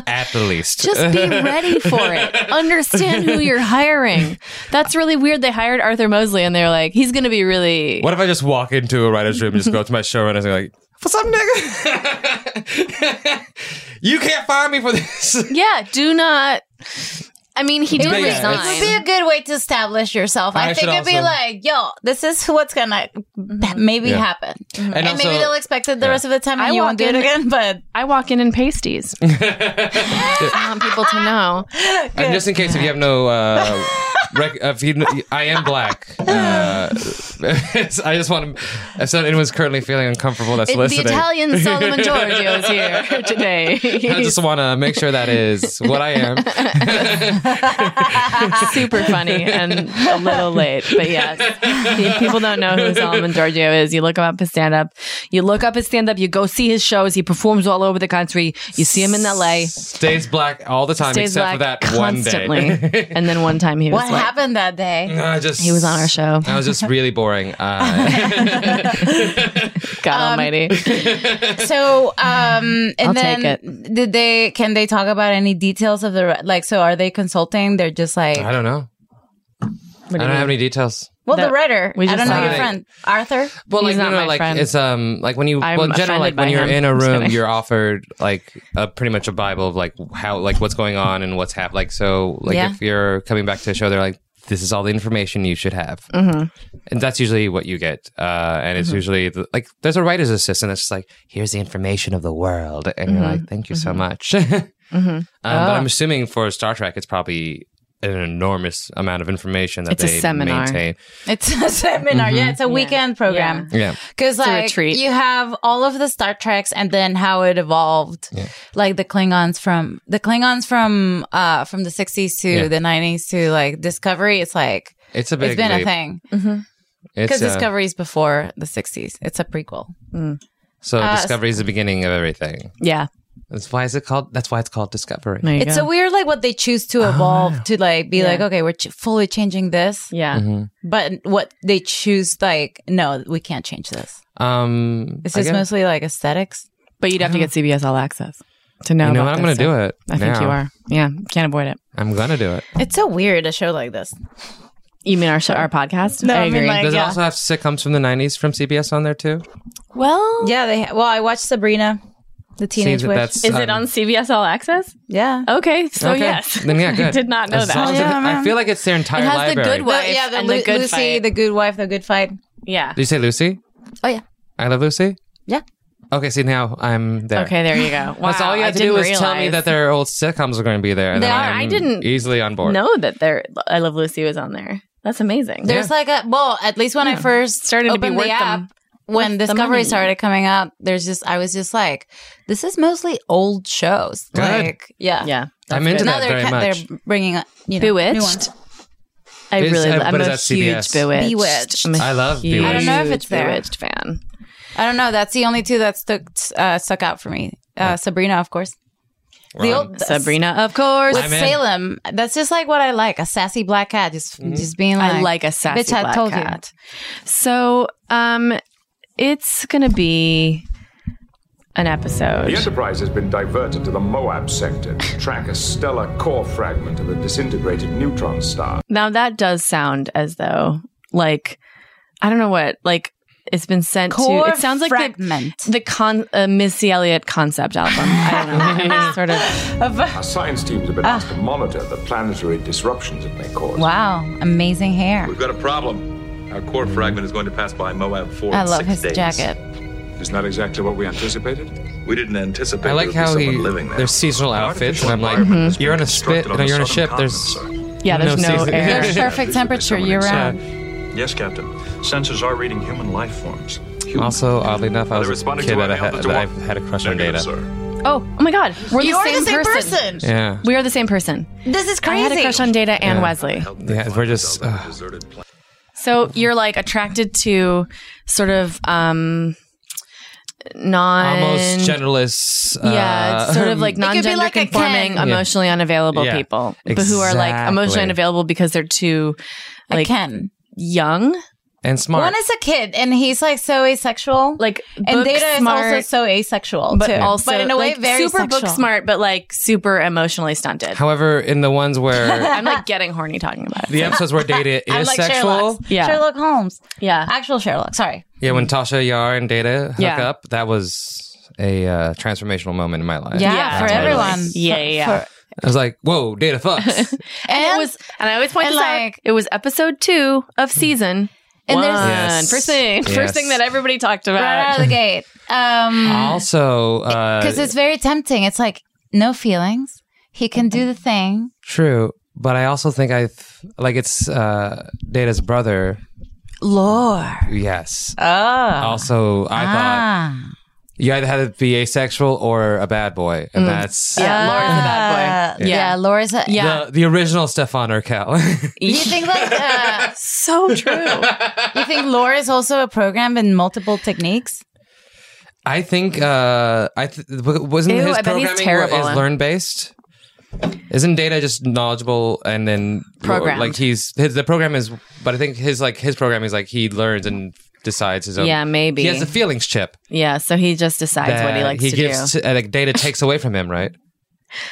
B: at the least.
A: Just be ready for it. Understand who you're hiring. That's really weird. They hired Arthur Mosley, and they're like, he's going to be really.
B: what if I just walk into a writer's room and just go to my showrunner and say like, "What's up, nigga? you can't fire me for this."
A: Yeah. Do not. I mean, he did
B: would be-
A: resign.
B: it
C: It would be a good way to establish yourself. I,
B: I
C: think
B: should
C: it'd be
B: also-
C: like, yo, this is what's gonna
A: Mm-hmm.
C: maybe
B: Yeah.
C: happen. And,
B: also-
C: maybe they'll expect it the rest of the time and
A: I
C: you
A: walk
C: won't do it
A: in-
C: again, but
A: I walk in in pasties. I want people to know.
B: and just in case if you have no, uh, rec- if you, I am black. Uh, I just want to. If so- anyone's currently feeling uncomfortable, that's
A: It- the
B: listening.
A: Italian Solomon Giorgio is here today.
B: I just want to make sure that is what I am.
A: super funny and a little late, but yes, Pe- people don't know who Solomon Giorgio is. You look him up his stand up. You look up his stand up. You go see his shows. He performs all over the country. You see him in L.A.
B: Stays black all the time,
A: Stays
B: except for
A: black
B: that
A: constantly.
B: one day.
A: and then one time he was
C: What
A: like,
C: happened that day?
B: I just
A: He was on our show.
B: I was just really boring. Uh,
A: God Almighty.
C: Um, So, um, and
A: I'll
C: then
A: take
C: did they? Can they talk about any details of the re- like? So, are they consulting? They're just like,
B: I don't know. I don't have any details.
C: well,
A: that-
C: the writer.
A: we
C: I
A: just
C: don't know your
B: like-
C: friend Arthur.
B: Well, like
A: He's not
B: no, no,
A: my
B: like
A: friend.
B: it's um like when you
A: I'm
B: well in general
A: offended
B: like
A: by
B: when you're
A: him.
B: in a
A: I'm just
B: room
A: kidding.
B: you're offered like a pretty much a bible of like how like what's going on and what's happening. Like so like
C: Yeah.
B: if you're coming back to a show they're like this is all the information you should have, mm-hmm. and that's usually what you get. Uh, and
A: Mm-hmm.
B: it's usually the, like there's a writer's assistant that's just like here's the information of the world, and
A: Mm-hmm.
B: you're like thank you so much. Um, But I'm
A: Ah.
B: assuming for Star Trek, it's probably an enormous amount of information that
A: It's a
B: they
A: seminar.
B: maintain.
C: It's a seminar. Yeah,
A: Mm-hmm.
C: it's a weekend program.
B: Yeah.
C: Because
A: a
C: like
A: retreat.
C: you have all of the Star Treks and then how it evolved, like the Klingons from the Klingons from uh from the sixties to
B: Yeah.
C: the nineties to like Discovery. It's like
B: It's a big
C: it's been a
B: leap.
C: thing
A: Mm-hmm.
B: It's,
C: because
B: uh,
C: Discovery's before the sixties. It's a prequel.
B: so
C: uh,
B: Discovery is the beginning of everything.
A: Mm. yeah.
B: That's why is it called that's why it's called Discovery.
A: There you
C: It's
A: go.
C: so weird, like what they choose
B: Oh,
C: to evolve to, like be
A: Yeah.
C: like, okay, we're ch- fully changing this,
A: yeah.
B: Mm-hmm.
C: but what they choose, like, no, we can't change this.
B: Um
C: It's
B: I
C: just
B: guess-
C: mostly like aesthetics.
A: But you'd have to get CBS All Access to know.
B: you know
A: about
B: what? I'm
A: this
B: gonna
A: stuff.
B: do it.
A: I think
B: now.
A: you are. Yeah, can't avoid it.
B: I'm gonna do it.
C: It's so weird a show like this.
A: You mean our show, our podcast?
C: No, I mean,
A: agree.
C: like-
B: Does it
C: yeah.
B: also have sitcoms from the nineties from CBS on there too?
A: well,
C: Yeah, they. Well, I watched Sabrina, the Teenage
B: that
C: Witch.
B: that's-
A: is it
B: um,
A: on CBS All Access?
C: yeah.
A: Okay, so
B: Okay.
A: yes.
B: Then yeah, good.
A: I did not know
B: As
A: that.
B: long as it-
C: Yeah,
B: I
C: man.
B: feel like it's their entire
A: has the
B: library.
A: good one. Wife
C: yeah, the,
A: and The
C: Lu-
A: Good
C: Lucy,
A: Fight.
C: the Good Wife, the Good Fight.
A: yeah.
B: Did you say Lucy?
C: Oh yeah,
B: I love Lucy?
C: yeah.
B: Okay, see now I'm there.
A: Okay, there you go. Wow,
B: That's all you
A: I
B: had to do
A: didn't
B: was tell me
A: realize.
B: that their old sitcoms are going to be there. And
C: They
B: then
C: are.
B: I'm
A: I didn't
B: easily on board.
A: know that there. I Love Lucy was on there. That's amazing.
C: There's like a well, at least when I first
A: Started
C: started
A: to be
C: opened
A: worth
C: the app,
A: them-
C: when
A: the
C: Discovery
A: money.
C: started coming out, there's just I was just like, this is mostly old shows.
B: Good.
C: Like, yeah,
A: yeah,
B: I'm
A: that's
B: into
A: good.
B: that
C: Now they're
B: very
C: ca-
B: much.
C: they're bringing up you know, new ones.
A: Bewitched. I
B: Is-
A: really,
B: uh,
A: I'm
B: but is
A: a
B: that
A: huge
B: CBS?
A: Bewitched.
C: Bewitched.
A: I'm a
B: I love
A: huge
B: Bewitched. I
C: don't know if it's there.
A: Bewitched fan.
C: I don't know. That's the only two that stuck uh, stuck out for me. Uh, Sabrina, of course. The old
A: Sabrina, of course.
C: with
B: I'm in.
C: Salem. That's just like what I like. A sassy black cat just
B: Mm-hmm.
C: just being like
A: I like a sassy
C: Bitch, I
A: black
C: told you.
A: cat. So, um, it's gonna be an episode.
E: The Enterprise has been diverted to the Moab sector to track a stellar core fragment of a disintegrated neutron star.
A: Now that does sound as though like I don't know what like it's been sent
C: Core
A: to. It sounds like the,
C: fragment.
A: the con uh, Missy Elliott concept album. I don't know. I'm just sort of
E: Our science teams have been asked to monitor the planetary disruptions it may cause.
C: Wow, amazing hair.
F: We've got a problem. Our core fragment is going to pass by Moab 4
C: I
F: in
C: love
F: six
C: his
F: days.
C: jacket.
E: Isn't that exactly what we anticipated?
F: We didn't anticipate
B: I like
F: there would
B: how
F: be
B: he,
F: someone living there.
B: there's seasonal
F: Our
B: outfits,
F: artificial
B: and I'm like,
F: environment has
B: you're
F: been
B: on a spit,
F: constructed
B: and
F: on
B: you're on
F: the
B: a ship.
F: southern
B: There's
F: continent,
A: Mm-hmm. yeah.
B: No
A: There's no,
B: season.
A: air.
C: There's perfect temperature year round.
F: sir. Yes, Captain. Sensors are reading human life forms.
B: also oddly enough, I
F: They
B: was a
F: responded
B: kid
F: to
B: that,
F: our
B: I had,
F: mail
B: that I
F: to-
B: had a crush on
F: Negative,
B: Data.
F: sir.
A: Oh, oh my God! We're the,
C: You are
A: same, person.
B: Yeah,
A: We are the same person.
C: This is
A: I
C: crazy.
A: had a crush on Data and
B: Yeah.
A: Wesley.
B: yeah, we're just uh,
A: So you're like attracted to sort of um non
B: almost genderless. Uh,
A: Yeah, it's sort of like
C: could be
A: non-gender
C: like a
A: conforming,
C: Ken.
A: emotionally unavailable
B: Yeah,
A: people, but who are like
B: exactly.
A: emotionally unavailable because they're too
C: I
A: like
C: can.
A: young,
B: and smart.
C: One is a kid, and he's like so asexual.
A: like
C: and
A: book
C: Data
A: smart,
C: is also so asexual,
A: but
C: too.
A: also
C: but in a way,
A: like,
C: very
A: super book
C: sexual.
A: smart, but like super emotionally stunted.
B: However, in the ones where
A: I'm like getting horny talking about it.
B: the episodes where Data
C: I'm
B: is
C: like
B: sexual,
C: Sherlock.
A: Yeah.
C: Sherlock Holmes.
A: Yeah,
C: Actual Sherlock. Sorry.
B: yeah, when Tasha Yar and Data hook
A: Yeah.
B: up, that was a uh, transformational moment in my life.
C: Yeah,
A: Yeah,
C: for
B: totally.
C: everyone.
A: Yeah, yeah, yeah.
C: For-
B: I was like, whoa, Data fucks.
C: and,
A: it was, and I always point
C: and
A: this out.
C: like-
A: It was episode two of season.
C: And
A: one.
C: there's-
B: Yes.
A: First thing,
B: Yes.
A: first thing that everybody talked about.
C: right out of the gate. Um,
B: also, uh,
C: because it's very tempting. It's like no feelings. He can do the thing.
B: True, but I also think I th- like it's uh Data's brother.
C: Lore.
B: Yes.
A: Ah.
C: Oh.
B: also, I thought
C: Ah.
B: you either had to be asexual or a bad boy, and that's
A: Mm. Yeah, Laura's the
C: Uh,
A: bad boy.
C: yeah. Laura's a, yeah.
B: the the original Stefan Urkel.
C: You think like uh,
A: so true.
C: you think Laura is also a program in multiple techniques?
B: I think uh, I th- wasn't
A: Ew,
B: his
A: I bet he's
B: programming
A: terrible.
B: what is learn based. Isn't data just knowledgeable and then
C: Programmed.
B: Like he's his the program is, but I think his like his program is like he learns and decides his own.
A: Yeah, maybe.
B: he has a feelings chip.
A: Yeah, so he just decides what he likes to do.
B: to- uh, like data takes away from him, right?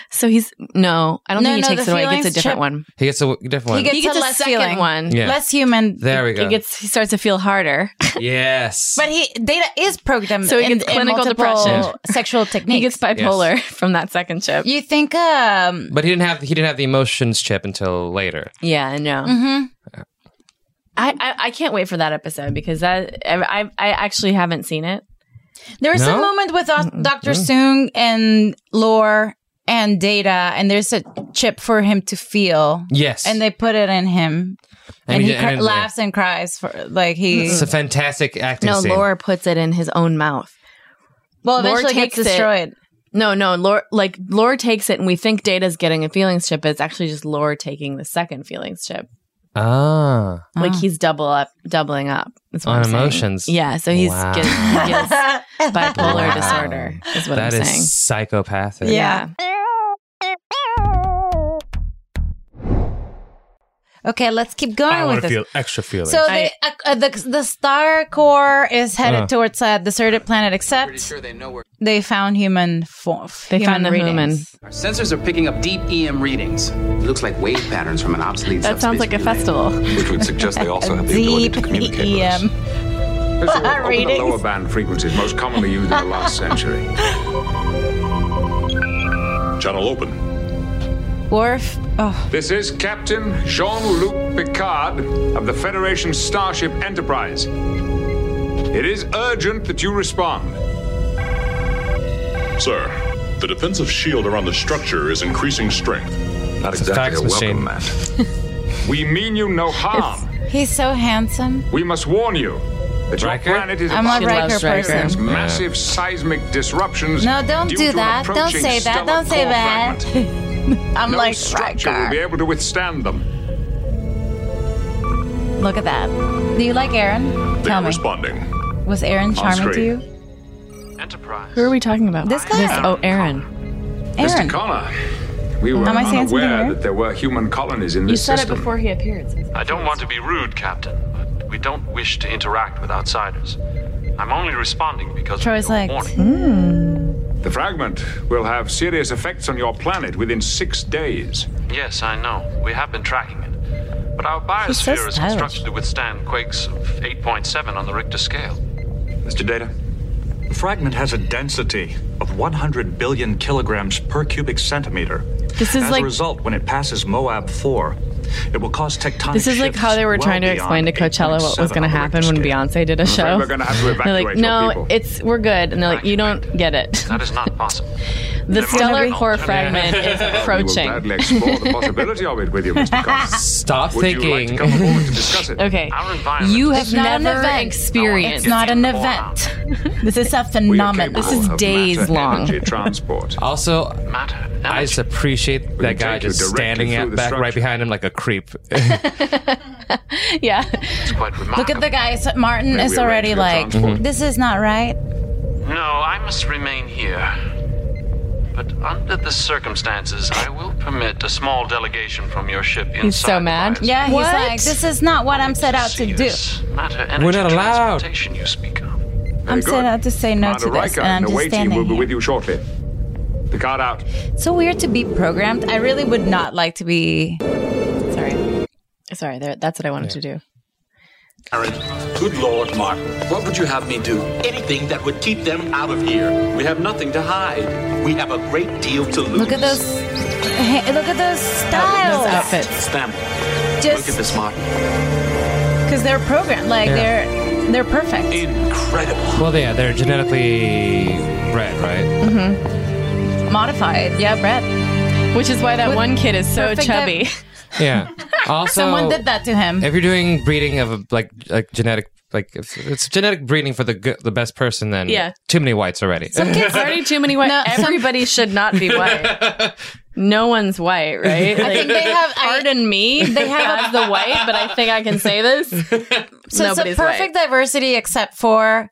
A: so he's no, I don't
C: No,
A: think he
C: no,
A: takes
C: the
A: it away. He gets a
C: feelings
A: different
C: chip-
A: one.
B: He gets a different one.
C: He gets
A: He gets
C: a
A: a
C: less
A: second
C: feeling.
A: one.
B: Yeah.
C: Less human.
B: there we go.
A: He gets he starts to feel harder.
B: yes,
C: But he data is programmed.
A: So he
C: in-
A: gets
C: in
A: clinical
C: multiple
A: depression.
C: Sexual techniques.
A: he gets bipolar from that second chip.
C: you think um
B: But he didn't have he didn't have the emotions chip until later.
A: Yeah, I know.
C: Mm-hmm.
A: I, I I can't wait for that episode because that I I, I actually haven't seen it.
C: There is a
B: No? Mm.
C: moment with doc- Dr. Soong and Lore and Data, and there's a chip for him to feel.
B: Yes,
C: And they put it in him. And,
B: he
C: he
B: did-
C: cr-
B: and-
C: laughs and cries for like he.
B: It's a fantastic acting
A: No,
B: scene.
A: Laura puts it in his own mouth.
C: Well,
A: Lore
C: eventually gets
A: takes it.
C: destroyed.
A: No, no, Lore like Lore takes it, and we think Data's getting a feelings chip, but it's actually just Lore taking the second feelings chip.
B: ah.
A: Like he's double up, doubling up. That's what
B: On
A: I'm saying.
B: emotions.
A: Yeah, so he's
B: Wow.
A: gets, gets bipolar
B: Wow.
A: disorder. Is what
B: That
A: I'm
B: is
A: saying.
B: psychopathic.
A: Yeah.
C: Okay, let's keep going
G: I want
C: with
G: to
C: this.
G: feel extra feelings.
C: so
A: I-
C: the, uh, uh, the the star core is headed
B: Uh.
C: towards a deserted planet, except they found human form.
A: They found the
H: Our sensors are picking up deep
I: E
H: EM readings. It looks like wave patterns from an obsolete
A: That sounds like a festival.
F: which would suggest they also have the ability
C: Deep
F: to communicate with us.
C: EM.
E: Let's go over the
C: Readings.
E: lower band frequencies most commonly used in the last century.
F: Channel open.
C: Worf. Oh,
E: This is Captain Jean-Luc Picard of the Federation Starship Enterprise. It is urgent that you respond.
J: Sir, the defensive shield around the structure is increasing strength.
F: Not
B: a fax machine.
F: Matt.
E: We mean you no harm.
C: he's so handsome.
E: We must warn you that your
B: Riker?
E: planet is
C: I'm
E: about
C: a
E: to
A: She loves
C: Riker
A: Riker.
C: person.
E: experience massive seismic disruptions.
C: No, don't
E: due
C: do
E: to an
C: that. Don't
E: approaching
C: say that.
E: stellar
C: Don't say
E: core
C: that.
E: fragment.
C: I'm
E: No
C: like
E: structure will be
C: Riker.
E: able to withstand them.
C: Look at that. Do you like Aaron?
J: They
C: Tell
J: are
C: me.
J: responding.
C: Was Aaron charming to
E: screen.
C: you?
A: Who are we talking about?
C: This guy.
A: oh, Aaron.
C: Aaron.
E: Mr. Connor, we were
C: Am I saying something
E: unaware
C: weird?
E: that there were human colonies in this
D: You said it
E: system.
D: before he appeared.
K: I don't want to be rude, Captain, but we don't wish to interact with outsiders. I'm only responding because
C: Troy's
K: of your
C: like, hmm.
K: warning.
E: The fragment will have serious effects on your planet within six days.
K: Yes, I know. We have been tracking it. But our
C: so
K: biosphere is
C: stylish.
K: constructed to withstand quakes of 8.7 on the Richter scale.
F: Mr. Data,
K: The fragment has a density of 100 billion kilograms per cubic centimeter.
A: This is
K: As
A: like
K: a result, when it passes Moab 4, it will cause tectonic
A: This is like how they were trying to explain to Coachella what was going to happen when Beyonce did a show.
E: we're gonna have to
A: they're
E: evacuate
A: like,
E: your
A: no,
E: people."
A: it's we're good, and they're like, you don't get it.
K: That is not possible.
A: The stellar
K: Remember-
A: core fragment is
E: We will
A: approaching.
E: gladly explore the possibility of it with you, Mr. Connor.
B: Stop
E: Would you like to
B: thinking.
E: come forward to discuss it?
A: Okay,
K: Our environment
A: you
K: is
A: have
C: It's not an
A: never
C: event. It's
A: experienced.
C: not an
K: Hold on.
C: event. This is a
E: We are
C: phenomenon.
E: capable
A: This is
E: of
A: days
E: matter,
A: long.
E: Energy transport.
B: Also,
K: matter.
B: I just appreciate that
E: can
B: guy
E: take you
B: just
E: directly
B: standing
E: through
B: out
E: the
B: back right
E: structure.
B: behind him like a creep.
A: yeah,
K: It's quite remarkable.
C: Look at the guy. So Martin
E: Maybe
C: is
E: we arrange
C: already
E: for
C: like,
E: transport.
C: this is not right.
K: No, I must remain here. But under the circumstances, I will permit a small delegation from your ship inside.
A: He's so mad.
K: the
C: Yeah, he's
A: What?
C: like, this is not what I'm set out to do.
K: CS matter energy
B: We're not allowed.
K: transportation you speak of.
C: I'm set out to say no to this,
E: Riker
C: and I'm
E: the
C: just
E: away team will
C: standing
E: be with
C: here.
E: you shortly. Picard out.
C: It's so weird to be programmed. I really would not like to be. Sorry.
A: sorry, there, that's what I wanted to do.
H: Good Lord, Martin. What would you have me do? Anything that would keep them out of here. We have nothing to hide. We have a great deal to lose.
C: Look at those. Hey, look at those
A: Those
C: styles.
A: outfits.
H: Stamp. Look at
C: Just
H: this, Martin.
C: because they're programmed, like they're they're perfect.
H: Incredible.
B: well, yeah, they're genetically bred, right?
C: Mm-hmm. modified. Yeah, Brett.
A: Which is why that
C: With
A: one kid is so
C: perfect
A: chubby.
B: Yeah. Also,
C: Someone did that to him.
B: if you're doing breeding of a, like like genetic like if it's genetic breeding for the good, the best person, then
A: Yeah.
B: too many whites already.
A: There's already too many white.
C: No, some-
A: Everybody should not be white. No one's white, right? Like,
C: think they have- I-
A: Pardon me. They have the white, but I think I can say this.
C: So it's a
A: Nobody's
C: perfect diversity except for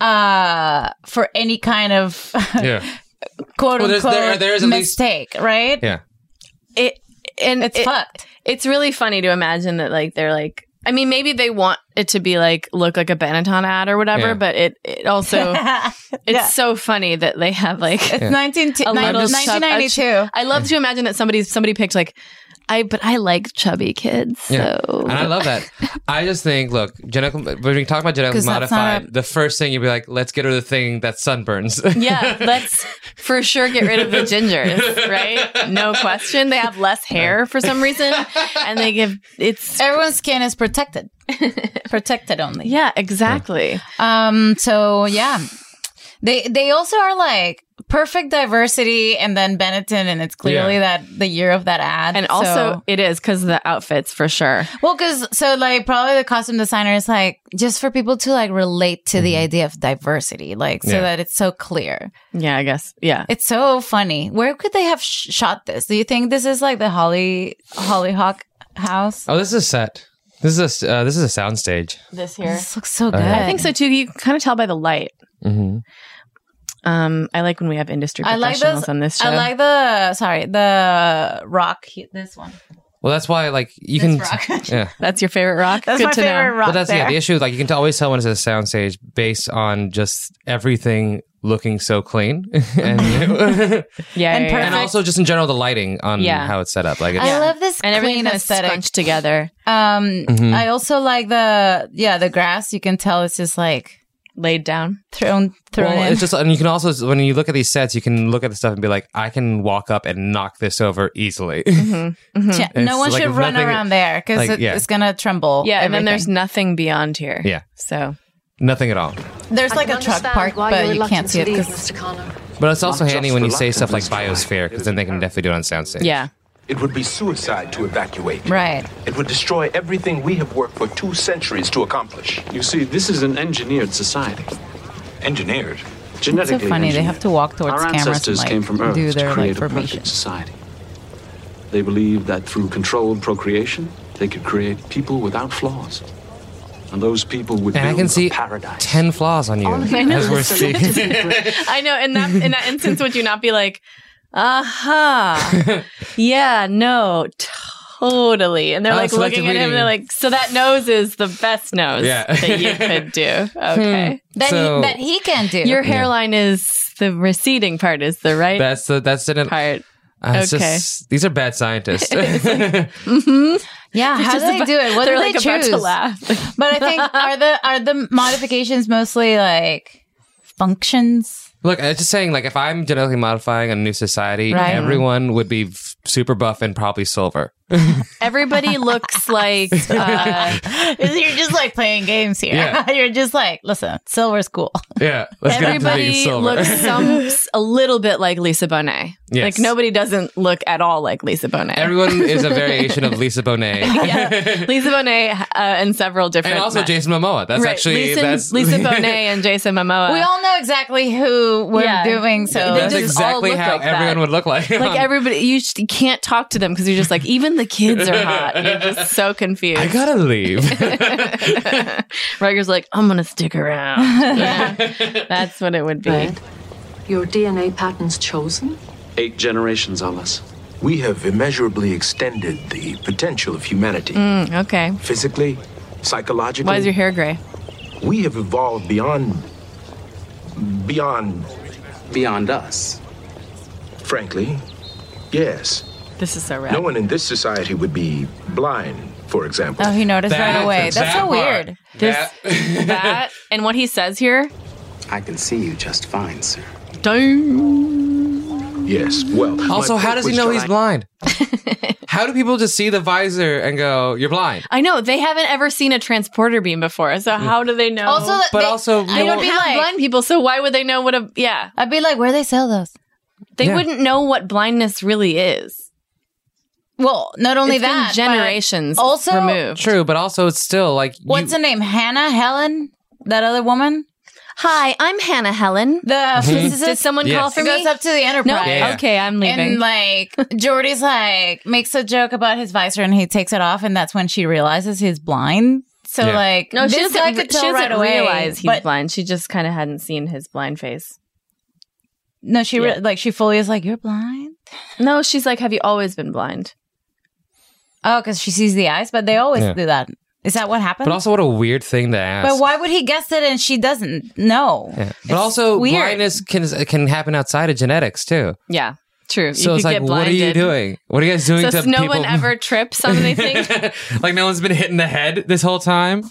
C: uh, for any kind of
B: Yeah.
C: quote
B: Well,
C: unquote
B: there's- there- there is at least-
C: mistake, right?
B: Yeah.
A: it and
C: It's
A: it-
C: fucked.
A: It's really funny to imagine that like they're like I mean maybe they want it to be like look like a Benetton ad or whatever,
B: Yeah.
A: but it it also it's
C: Yeah.
A: so funny that they have like
C: It's
B: Yeah.
C: 19,
A: a little
B: just-
A: chub- a ch-
C: 1992.
A: I love to imagine that somebody somebody picked like I but I like chubby kids,
B: Yeah.
A: so
C: Oh.
B: And I love that. I just think, look, genetically, when we talk about genetically
C: 'Cause that's not
B: modified,
C: a-
B: the first thing you'd be like, let's get rid of the thing that sunburns.
A: yeah, let's for sure get rid of the gingers, right? No question. They have less hair for some reason, and they give it's
C: Everyone's skin is protected, protected only.
A: yeah, exactly.
C: Um. So yeah, they they also are like perfect diversity, and then Benetton, and it's clearly that the year of that ad,
A: And also,
C: So-
A: it is because of the outfits for sure.
C: Well, because so like probably the costume designer is like just for people to like relate to the idea of diversity, like so
B: Yeah.
C: that it's so clear.
A: Yeah, I guess. Yeah.
C: It's so funny. Where could they have sh- shot this? Do you think this is like the Holly Hollyhock house?
B: oh, this is a set. This is a, uh, this is a soundstage.
A: This here.
C: This looks so good.
A: I think so too. You can kind of tell by the light.
B: Mm-hmm.
A: Um, I like when we have industry
C: I like
A: professionals
C: this.
A: on this show.
C: I like the sorry the rock. he- This one.
B: Well, that's why, like, you
C: rock.
B: can. yeah.
A: That's your favorite rock.
C: That's
A: Good
C: my
A: to
C: favorite
A: know.
C: rock.
B: Well, that's yeah,
C: there.
B: the issue. Like, you can always tell when it's a soundstage based on just everything looking so clean, and, and
A: Yeah,
C: And
A: yeah, yeah.
C: perfect.
B: also just in general the lighting on
A: Yeah.
B: how it's set up. Like, it's,
C: I love this
A: and everything
C: clean
A: kind of
C: aesthetic.
A: scrunched together,
C: Um,
B: Mm-hmm.
C: I also like the yeah the grass. You can tell it's just like
A: laid down.
C: thrown thrown
B: well,
C: in.
B: it's just, and you can also when you look at these sets, you can look at the stuff and be like, I can walk up and knock this over easily.
C: Mm-hmm.
A: Mm-hmm.
C: Ch-
B: It's
C: no one
B: like
C: should
B: if
C: run
B: nothing-
C: around there because
B: like,
C: it,
B: yeah.
C: it's gonna tremble.
A: Yeah, and then there's
C: everything.
A: nothing beyond here.
B: Yeah.
A: So
B: Nothing at all.
C: there's like a truck parked, but you can't see it because
B: But it's also
H: Not
B: handy
H: just
B: when you
H: the
B: say stuff like
H: reluctance to lie.
B: biosphere because then they can definitely do it on soundstage.
A: yeah,
H: It would be suicide to evacuate.
C: right.
H: It would destroy everything we have worked for two centuries to accomplish.
K: You see, this is an engineered society.
H: Engineered.
C: It's so
K: Genetically
C: funny. They have to walk towards
K: Our
C: cameras and
K: ancestors
C: like
K: came from Earth
C: do
K: to
C: their like
K: create a
C: formation.
K: perfect society. They believed that through controlled procreation, they could create people without flaws. And those people would
B: And I
K: build
B: can see
K: a paradise.
B: ten flaws on you as we're speaking.
A: I know. In that in that instance, would you not be like, aha, yeah, no, Oh, totally? And they're
B: Oh,
A: like
B: selective
A: looking at him.
B: reading.
A: and They're like, so that nose is the best nose
B: Yeah.
A: that you could do. Okay,
C: Hmm. That,
B: So-
C: he, that he can do.
A: your hairline is the receding part. Is the right
B: that's the that's it. Uh,
A: part?
B: it's
A: Okay.
B: just, these are bad scientists.
C: yeah. How do
A: Mm-hmm. Just
C: they
A: about-
C: do it? What
A: they're
C: do they
A: like about
C: choose?
A: to laugh.
C: But I think are the are the modifications mostly like functions?
B: Look, I was just saying, like, if I'm genetically modifying a new society,
C: Right.
B: everyone would be f- super buff and probably silver.
A: Everybody looks like uh,
C: You're just like playing games here.
B: Yeah.
C: You're just like, listen, silver's cool.
B: Yeah, let's
A: everybody looks some a little bit like Lisa Bonet.
B: Yes.
A: Like nobody doesn't look at all like Lisa Bonet.
B: Everyone is a variation of Lisa Bonet,
A: yeah. Lisa Bonet uh, and several different.
B: and also
A: men.
B: Jason Momoa. That's
A: Right.
B: actually
A: Lisa,
B: that's
A: Lisa Bonet and Jason Momoa.
C: we all know exactly who we're
A: Yeah.
C: doing. So
A: They
B: That's
A: just all
B: exactly
A: look
B: how
A: like that.
B: everyone would look like.
A: like everybody, you, just, you can't talk to them because you're just like, even the kids are hot. You're just so confused.
B: I gotta leave.
A: Riker's like, I'm gonna stick around. Yeah. That's what it would be.
G: Your DNA pattern's chosen?
K: Eight generations on us.
H: We have immeasurably extended the potential of humanity.
A: Mm, okay.
H: Physically, psychologically.
A: Why is your hair gray?
H: We have evolved beyond. beyond,
K: Beyond us.
H: frankly, yes.
A: This is so rad.
H: No one in this society would be blind, for example.
C: Oh, he noticed right
B: That-
C: away. That's
B: that
C: so
B: part.
C: weird.
A: This- that and what he says here.
K: I can see you just fine, sir.
H: Yes, well. my
B: Also, how
H: point
B: does he
H: was
B: know
H: to-
B: he's blind? how do people just see the visor and go, "You're blind"?
A: I know they haven't ever seen a transporter beam before, so how do they know?
C: Also,
B: Mm. But
C: they-
B: also,
C: I
B: no
C: would
B: one-
C: be
A: have
C: like,
A: blind people, so why would they know what a yeah?
C: I'd be like, where they sell those?
A: They
B: Yeah.
A: wouldn't know what blindness really is.
C: Well, not only
A: It's been
C: that, but
A: generations
C: also-
A: removed.
B: True, but also it's still like
C: What's
B: you,
C: her name? Hannah Helen, that other woman,
A: Hi, I'm Hannah Helen.
C: the physicist.
A: Did someone
B: Yes.
A: call
C: It
A: for
C: goes
A: me?
C: up to the Enterprise.
A: no.
B: Yeah, yeah.
A: Okay, I'm leaving.
C: And like Jordy's like makes a joke about his visor and he takes it off and that's when she realizes he's blind. So
A: Yeah.
C: like
A: no, she
C: this
A: doesn't,
C: guy could
A: she
C: tell
A: doesn't
C: right away,
A: realize he's
C: but-
A: blind. She just kind of hadn't seen his blind face.
C: No, she re- like she fully is like you're blind.
A: No, she's like, have you always been blind?
C: Oh, because she sees the eyes, but they always
B: Yeah.
C: do that. Is that what happens?
B: But also, what a weird thing to ask.
C: but why would he guess it and she doesn't know?
B: Yeah. But also,
C: weird.
B: blindness can can happen outside of genetics too.
A: Yeah, true.
B: So it's like, what are you doing? What are you guys doing
A: So
B: to
A: no
B: people?
A: one ever trips on anything.
B: like no one's been hit in the head this whole time.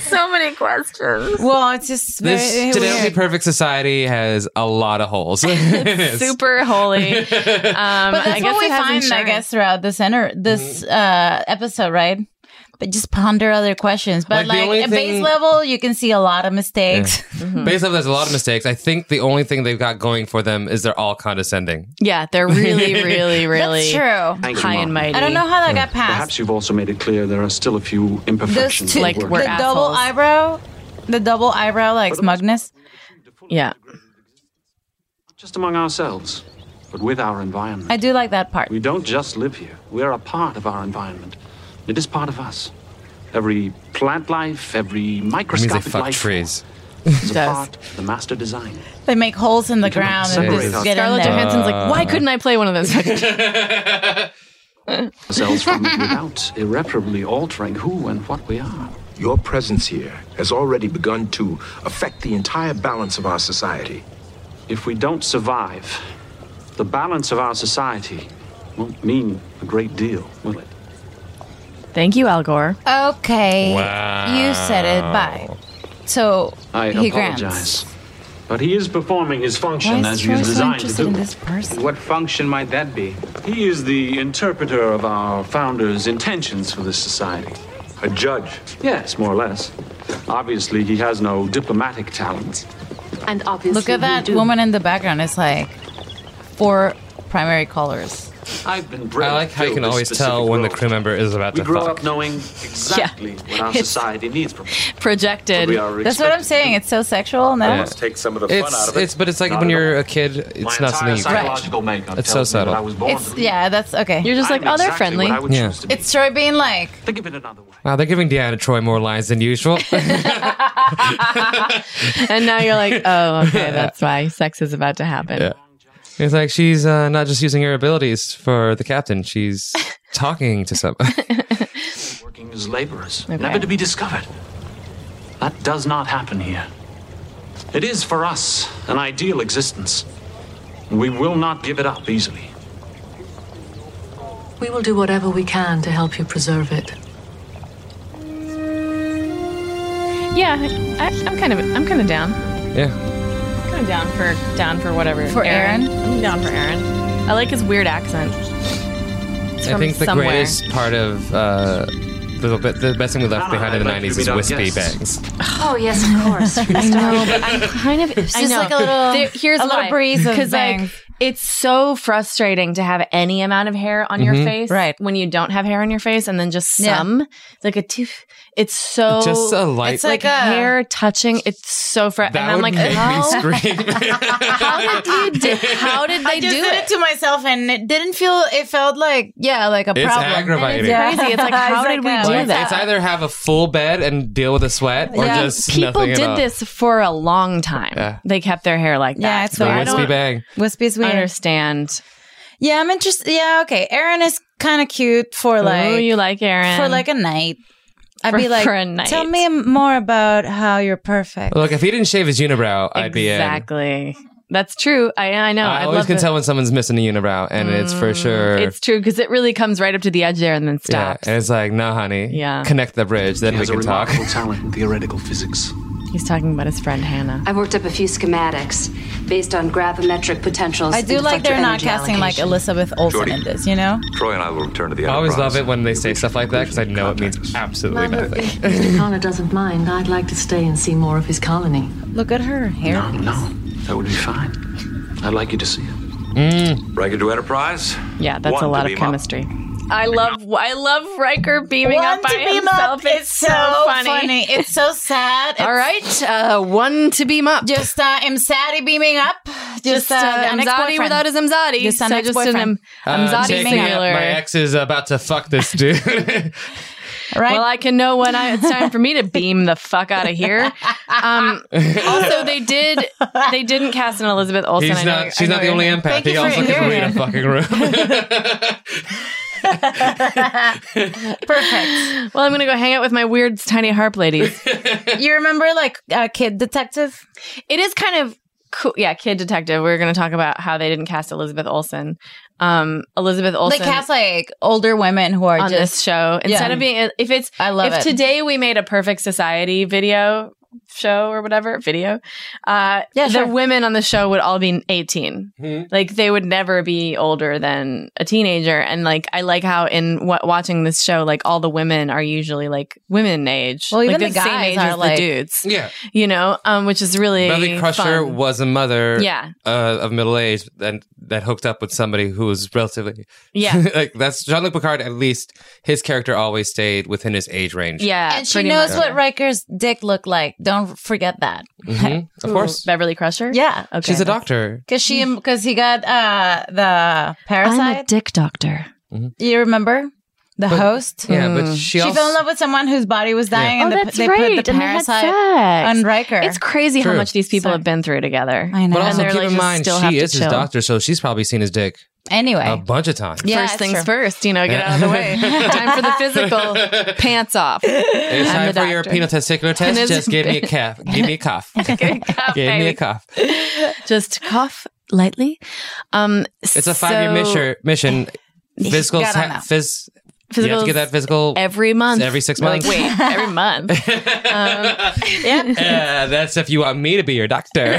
D: so many questions.
C: Well, it's just very,
B: This genetically perfect society has a lot of holes.
A: Super holy. Um,
C: but that's
A: I guess
C: what we
A: it has
C: find, I
A: insurance.
C: guess, throughout this enter
B: Mm-hmm.
C: this uh, episode, right? But just ponder other questions. But
B: Like, the
C: like,
B: only
C: at base
B: thing-
C: level, you can see a lot of mistakes.
H: Mm-hmm.
B: Based off, there's a lot of mistakes. I think the only thing they've got going for them is they're all condescending.
A: Yeah, they're really, really, really
C: true.
H: Thank you,
A: high
H: Mom.
A: and mighty.
C: I don't know how that got passed.
H: Perhaps you've also made it clear there are still a few
C: Those
H: imperfections.
C: two,
H: in
C: like
H: the
C: the
H: work.
C: double eyebrow, the double eyebrow, like smugness.
A: Yeah,
H: just among ourselves, but with our environment.
C: I do like that part.
H: We don't just live here. We're a part of our environment. It is part of us. Every plant life, every
B: It means they
H: microscopic
B: fuck
H: life
B: trees.
H: is a
C: Does.
H: part of the master design.
C: They make holes in the ground and
H: separate
C: just
H: us.
C: get in
H: Scarlett
C: there.
A: Johansson's like,
B: Uh-huh.
A: why couldn't I play one of those?
H: Ourselves from it without irreparably altering who and what we are.
L: Your presence here has already begun to affect the entire balance of our society.
H: If we don't survive, the balance of our society won't mean a great deal, will it?
A: Thank you, Al Gore.
C: Okay,
H: Wow.
C: you said it. Bye. So
H: I
C: he
H: apologize.
C: grants.
H: But he is performing his function
C: Why is
H: as he
C: Troy
H: is
C: so
H: designed to
C: interested
H: do.
C: in this person?
H: What function might that be? He is the interpreter of our founder's intentions for this society. A judge? Yes, more or less. Obviously, he has no diplomatic talents.
G: And obviously,
C: Look at
G: we
C: that
G: do.
C: woman in the background. It's like four primary colors.
H: I've been bred
B: I like how you
H: to
B: can
H: this
B: always
H: specific
B: tell when the crew member is about
H: We
B: to
H: grow
B: fuck.
H: up knowing exactly what our
C: It's-
H: society needs from us.
A: Projected.
H: We are
C: That's what I'm saying. It's so sexual. No,
B: Yeah.
H: take some of
B: it's, It's but it's like when you're a kid, it's
H: My
B: not something
H: entire
B: you.
H: psychological makeup
B: It's so
H: tells me that
B: subtle.
H: I was born
C: it's yeah. That's okay. You're
H: just like, I'm "Oh, they're exactly friendly." what I would choose
C: It's Troy being like,
H: Think of it another way.
B: Wow, they're giving Deanna Troy more lines than usual.
A: and now you're like, oh, okay, that's why sex is about to happen.
B: Yeah. It's like she's uh, not just using her abilities for the captain; she's talking to someone.
H: Working as laborers, never to be discovered. That does not happen here. It is for us an ideal existence. We will not give it up easily.
G: We will do whatever we can to help you preserve it.
A: Yeah, I, I'm kind of, I'm kind of down.
B: yeah,
A: kind of down for, down for whatever.
C: For
A: I'm down for Aaron. I like his weird accent. It's
B: I
A: from
B: think the
A: somewhere.
B: greatest part of uh, the bit- the best thing we left behind in the
H: I'd like to
B: '90s
H: be
B: is
H: done,
B: wispy
H: yes.
B: bangs.
G: Oh yes, of course.
A: I know, but I'm kind of.
C: It's
A: I
C: just
A: know.
C: like a little-
A: There- here's
C: a little
A: why.
C: breeze of
A: 'Cause,
C: bangs.
A: like it's so frustrating to have any amount of hair on your
B: Mhm.
A: face, right? When you don't have hair on your face, and then just
C: Yeah.
A: some, It's like a tooth. It's so
B: Just a light- It's
A: like,
C: like a-
A: hair touching. It's so fr.
B: That
A: and I'm
B: would
A: like, "Oh."
B: make
C: "Oh."
A: how?
B: me scream.
A: how did you do? How did they
C: I just
A: do
C: did
A: it?
C: it? to myself, and it didn't feel. It felt like yeah, like a
B: It's
C: problem.
B: aggravating.
C: Yeah.
A: Crazy. It's like, how did we
C: uh,
A: do
B: Like,
A: that?
B: It's either have a full bed and deal with the sweat, or
A: Yeah.
B: just
A: people
B: nothing at
A: did
B: all.
A: this for a long time.
B: Yeah.
A: They kept their hair like that.
C: Yeah, it's
B: The
A: so I
B: wispy
A: don't
B: bang.
C: Wispy is weird.
A: understand.
C: Yeah, I'm interested. Yeah, okay. Aaron is kind of cute for like.
A: oh, you like Aaron
C: for like a night. I'd
A: For-
C: be like,
A: for a night.
C: tell me more about how you're perfect.
B: Look, if he didn't shave his unibrow, I'd be in.
A: exactly. That's true. I I know.
B: I,
A: I,
B: always
A: love
B: can
A: it. Mm,
B: tell when someone's missing a unibrow, and it's for sure.
A: It's true because it really comes right up to the edge there and then
B: yeah,
A: stops.
B: and it's like, nah, honey.
A: Yeah.
B: Connect the bridge, then
H: He
B: we
H: has a
B: can talk.
H: remarkable talent in theoretical physics.
A: He's talking about his friend Hannah.
M: I've worked up a few schematics based on gravimetric potentials.
C: I do
M: and
C: like they're
M: future
C: not
M: energy
C: casting like
M: allocation.
C: Elizabeth Olsen
M: Jordy.
C: in this, you know?
J: Troy and I will return to the
B: I always love it when they say stuff like that because I know it means absolutely
G: Mother,
B: nothing.
G: if Mr. Connor doesn't mind, I'd like to stay and see more of his colony.
C: Look at her hair.
H: No, no, that would be fine. I'd like you to see it.
J: Riker to Enterprise.
A: Yeah, that's
J: One
A: a
J: to
A: lot of
J: beam up.
A: chemistry. I love I love Riker beaming
C: One
A: up by
C: to beam up.
A: himself.
C: It's, so funny. It's so sad.
A: All right, uh, one to beam up.
C: Just uh, I'm sad he beaming up.
A: Just, uh,
C: an
A: Mzadi
C: ex-boyfriend.
A: without his Mzadi.
C: Just an
A: So just an
C: ex-boyfriend.
A: I'm Zodi
B: take me
A: Miller.
B: up. Uh, My ex is about to fuck this dude.
A: Right. Well, I can know when I, it's time for me to beam the fuck out of here. Um, also, they did. They didn't cast an Elizabeth Olsen.
B: He's
A: I know-
B: not.
A: I
B: she's
A: know
B: not the only
A: you're-
B: empath. He also can read a fucking room.
C: Perfect.
A: Well, I'm gonna go hang out with my weird tiny harp ladies.
C: you remember like uh, Kid Detective?
A: It is kind of cool. Yeah, Kid Detective. We are going to talk about how they didn't cast Elizabeth Olsen. Um, Elizabeth Olsen.
C: They cast like older women who are
A: on
C: just,
A: this show instead
C: Yeah.
A: of being if it's
C: I love
A: if
C: it.
A: today we made a perfect society video show or whatever video uh
C: sure.
A: the women on the show would all be 18
B: Mm-hmm.
C: Mhm.
A: like they would never be older than a teenager and like i like how in w- watching this show like all the women are usually like women age
C: Well, even
A: like,
C: the guys are,
A: as
C: like-
A: the dudes
B: Yeah.
A: you know um which is really
B: Belly Crusher
A: fun.
B: was a mother.
A: Yeah.
B: Uh, of middle age and that hooked up with somebody who was relatively.
A: Yeah.
B: like that's Jean Luc Picard. At least his character always stayed within his age range.
A: yeah
C: and she
A: pretty
C: knows
A: much.
C: what Riker's dick looked like. Don't forget that.
B: Mhm. Of
A: Who,
B: course.
A: beverly crusher
C: Yeah,
A: okay
B: She's a doctor.
C: because she because he got uh the
A: i'm a
C: parasite.
A: dick doctor
C: you remember the
A: But-
C: host?
A: yeah, but Mm. she
C: she fell
A: also-
C: in love with someone whose body was dying,
A: Oh,
C: and the,
A: that's
C: they
A: right.
C: put the
A: And they had
C: parasite
A: sex.
C: on Riker.
A: It's crazy
B: True.
A: how much these people have been through together. I
B: But also keep in mind, she is his doctor, so she's probably seen his dick
C: Anyway,
B: a bunch of times.
C: Yeah,
A: first
C: it's
A: things
C: true.
A: first, you know, get out of the way. Time for the physical. Pants off.
B: It's
A: I'm
B: time
A: the
B: for your
A: doctor.
B: penile testicular
A: And
B: test.
A: it's-
B: Just give me a cough. Give me a cough. Give me a
A: baby.
B: cough.
A: Just cough lightly. Um,
B: It's a five year mission. Mission.
A: eh, You
B: Physical.
A: gotta know.
B: Ha- phys- you have to get that physical
A: every month.
B: Every six
A: Like,
B: months.
A: wait, every month. Um,
C: yeah.
B: Uh, that's if you want me to be your doctor.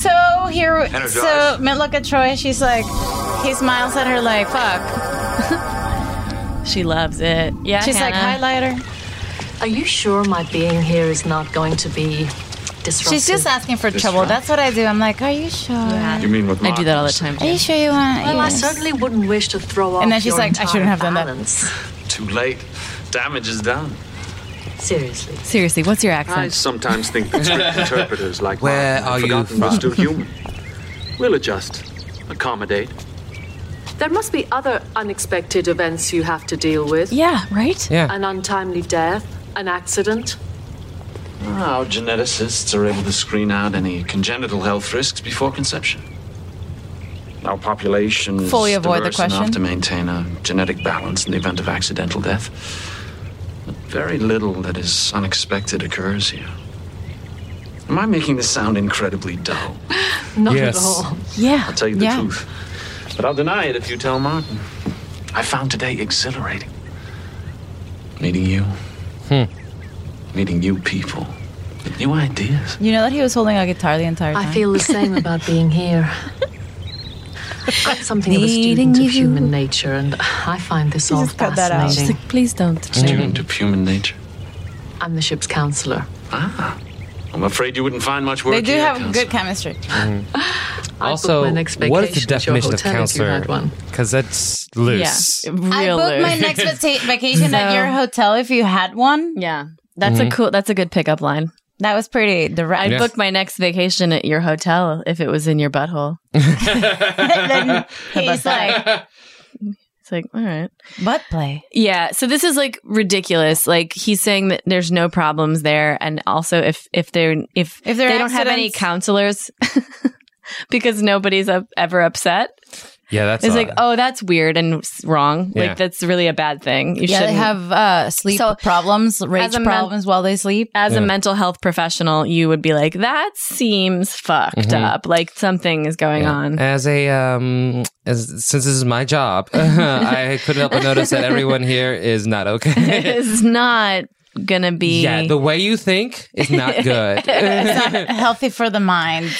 C: So here,
B: Energize.
C: so Matt, look at Troy. She's like, he smiles at her like, "Fuck."
A: She loves it.
C: Yeah, She's like, highlighter.
G: Are you sure my being here is not going to be disruptive?
C: She's just asking for trouble. That's what I do. I'm like, "Are you sure?"
G: You mean with I do that all the
A: time.
C: Are you sure you want?
G: Well, I
C: yes.
G: certainly wouldn't wish to throw off.
C: And then she's
G: your
C: like, "I shouldn't have done that."
H: Too late. Damage is done.
G: Seriously.
A: Seriously, what's your
H: I
A: accent?
H: sometimes think that script interpreters like
B: Where
H: mine have
B: are you
H: forgotten we're
B: from?
H: still human. We'll adjust, accommodate.
G: There must be other unexpected events you have to deal with.
A: Yeah, right?
B: Yeah.
G: An untimely death, an accident.
H: Our geneticists are able to screen out any congenital health risks before conception. Our population is
C: Fully avoid the
H: diverse enough
C: question.
H: to maintain a genetic balance in the event of accidental death. But very little that is unexpected occurs here. Am I making this sound incredibly dull?
G: Not
H: Yes.
G: at all.
A: Yeah.
H: I'll tell you the truth. But I'll deny it if you tell Martin. I found today exhilarating. Meeting you.
B: Hmm.
H: Meeting new people. New ideas.
C: You know that he was holding a guitar the entire time.
G: I feel the same about being here. I'm something of a student of human nature, and I find this all
C: cut that out.
G: fascinating.
A: She's like, please don't.
H: Student of human nature.
G: I'm the ship's counselor.
H: Ah. I'm afraid you wouldn't find much work
C: They do
H: here, Mm-hmm.
C: have
H: Council.
C: good chemistry.
B: also,
G: my next
B: what is
G: vacation
B: the
G: at your
B: definition of
G: hotel if you
B: counselor?
G: had one.
B: Because that's loose.
A: Yeah. Real
C: I booked my
A: loose.
C: next vaca- vacation at
A: So-
C: your hotel if you had one.
A: Yeah. That's
C: Mm-hmm.
B: Mhm.
A: a cool. That's a good pickup line.
C: That was pretty direct.
A: I'd
B: Yes.
A: book my next vacation at your hotel if it was in your butthole.
C: then he's like,
A: It's like, all right.
C: butt play.
A: Yeah. So this is like ridiculous. Like he's saying that there's no problems there, and also if if they're if
C: If
A: if
C: there are
A: they don't have any
C: accidents-
A: counselors because nobody's up, ever upset.
B: Yeah, that's
A: it's
B: odd.
A: like, oh, that's weird and s- wrong.
B: Yeah.
A: Like that's really a bad thing. You
C: yeah,
A: shouldn't
C: they have uh, sleep
A: So,
C: problems, rage
A: as a men-
C: problems while they sleep.
A: As
B: Yeah.
A: a mental health professional, you would be like, that seems fucked
B: Mhm.
A: up. Like something is going
B: Yeah.
A: on.
B: As a um, as since this is my job, I couldn't help but notice that everyone here is not okay.
A: it's not gonna be
B: yeah, the way you think is not good.
C: it's not healthy for the mind.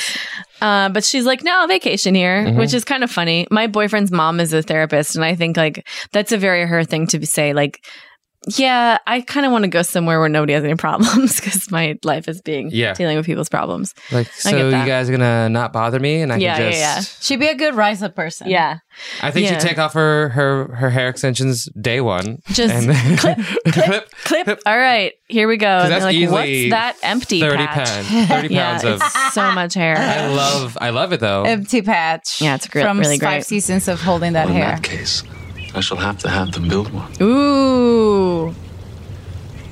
A: Uh, but she's like, no, vacation here,
B: Mm-hmm.
A: which is kind of funny. My boyfriend's mom is a therapist, and I think like that's a very her thing to say. Like, yeah, I kind of want to go somewhere where nobody has any problems because my life is being
B: Yeah.
A: dealing with people's problems.
B: Like, so
A: I get
B: you
A: that.
B: guys are gonna not bother me, and I
A: yeah,
B: can just.
A: yeah, yeah.
C: She'd be a good rise up person.
A: Yeah.
B: I think
A: Yeah.
B: she'd take off her, her her hair extensions day one.
A: Just
B: clip, clip,
A: clip. All right, here we go. And
B: that's
A: they're like,
B: easily
A: what's that empty
B: 30
A: patch?
B: pound- 30
A: Yeah,
B: pounds of-
A: it's so much hair.
B: I love I love it though.
C: Empty patch.
A: Yeah, it's gr-
C: From
A: really
C: five
A: great.
C: seasons of holding that
H: Well, in
C: hair.
H: that case, I shall have to have them build one.
A: Ooh.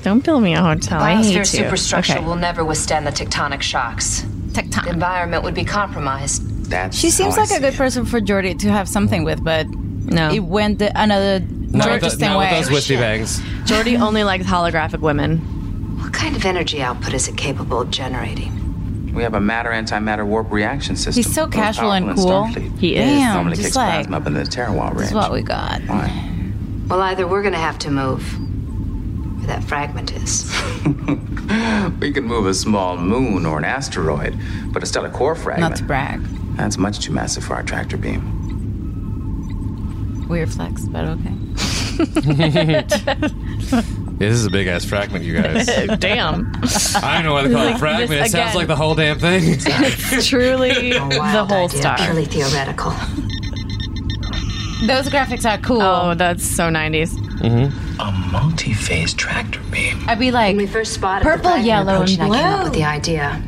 A: Don't build me a hotel. Oh, I hate you.
M: Biosphere superstructure
A: Okay.
M: will never withstand the tectonic shocks.
C: Tectonic.
M: The environment would be compromised.
C: That's she seems like a good person for Jordy to have something with, but no, it went the, another
B: Not with,
C: Georgia
B: the,
C: same
B: not with
C: way.
B: those wispy bangs.
A: Jordy only likes holographic women.
M: What kind of energy output is it capable of generating?
I: We have a matter antimatter warp reaction system.
M: He's so
I: most
M: casual and
I: powerful in
M: cool.
I: Starfleet.
M: He is.
I: It
M: Damn,
I: normally
M: just
I: kicks
M: like-
I: plasma up into the Terawatt range.
C: we got.
I: Why?
M: Well, either we're gonna have to move, where that fragment is.
I: We can move a small moon or an asteroid, but a stellar core fragment.
C: Not to brag.
I: That's much too massive for our tractor beam.
C: Weird flex, but okay.
B: This is a big ass fragment, you guys.
A: Damn.
B: I don't know what to call it
A: Like,
B: fragment.
A: this
B: It sounds
A: again.
B: like the whole damn thing.
A: It's truly the whole star.
M: Purely theoretical.
C: Those graphics are cool.
A: Oh, that's so 90s.
I: Mm-hmm. A multi-phase tractor beam.
C: I'd be like,
M: when we first spotted
C: purple,
M: the fragment
C: yellow,
M: approach,
C: and
M: I came up
C: blue.
M: with the idea.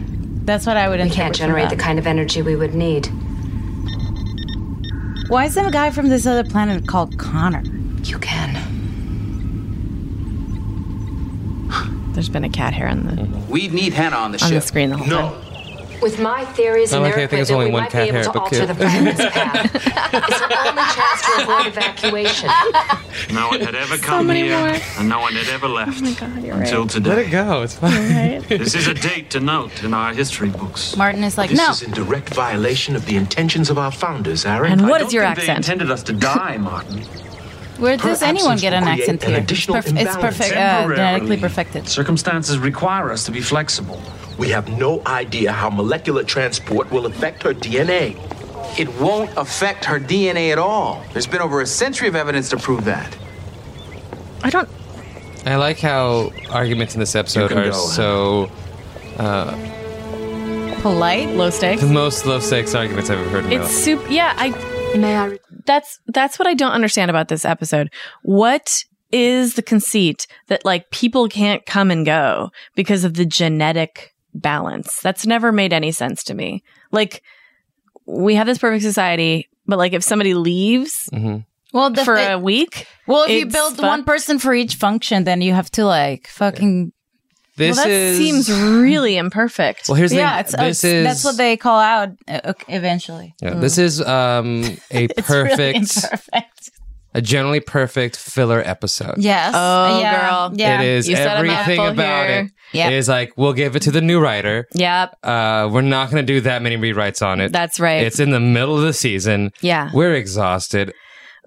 C: That's what I would.
M: We can't
C: interpret from
M: generate the
C: that.
M: kind of energy we would need.
C: Why is some guy from this other planet called Connor?
M: You can.
A: There's been a cat hair on the
I: We need Hannah on the
A: on the
I: ship.
A: screen the whole time.
M: With my theories and
A: I
M: their
A: like how you
M: equipment,
A: think it's only
M: we
A: one
M: might
A: cat
M: be able
A: hair,
M: to
A: but
M: alter
A: cute.
M: the fragment's path. It's our only chance to avoid evacuation.
H: No one had ever come
M: many
H: here,
M: more.
H: and no one had ever
A: Oh
H: left
M: God,
H: until today. Let it
B: go. It's fine.
H: This is a date to note in our history books.
C: Martin is like,
H: This
C: no.
H: is
L: In direct violation of the intentions of our founders, Aaron.
C: And what
L: I
C: is
L: don't
C: your
L: think
C: accent?
H: They intended us to die, Martin.
C: Where does
H: Her
C: anyone
H: absence
C: get
H: will
C: an
H: create
C: accent
H: an
C: here?
H: additional
C: it's
H: imbalance.
C: perfect, uh, genetically
H: Temporarily.
C: perfected.
H: Circumstances require us to be flexible.
L: We have no idea how molecular transport will affect her DNA.
I: It won't affect her DNA at all. There's been over a century of evidence to prove that.
A: I don't.
B: I like how arguments in this episode
I: can
B: are
I: go.
B: so. Uh,
C: Polite, low stakes.
B: the most low stakes arguments I've ever heard in my life.
A: It's super. Yeah, I. May I? That's that's what I don't understand about this episode. What is the conceit that like people can't come and go because of the genetic balance? That's never made any sense to me. Like we have this perfect society, but like if somebody leaves
C: well
A: for a week,
C: Well, if you
A: it's
C: build
A: fucked.
C: one person for each function, then you have to like fucking.
B: This
C: well, that
B: is-
C: seems
A: really imperfect.
B: Well, here's the
C: yeah,
B: thing.
C: It's,
B: This
C: it's- that's
B: is-
C: what they call out uh, ok- eventually. Mm.
B: Yeah, This is um, a
C: It's really
B: perfect,
C: imperfect.
B: a generally perfect filler episode.
C: Yes.
A: Oh,
C: yeah.
A: girl.
C: Yeah.
B: It is
A: You said a
B: everything
A: mouthful
B: about
A: here.
B: it.
A: Yep.
B: It is like we'll give it to the new writer.
A: Yep.
B: Uh, we're not going to do that many rewrites on it.
A: That's right.
B: It's in the middle of the season.
A: Yeah.
B: we're exhausted.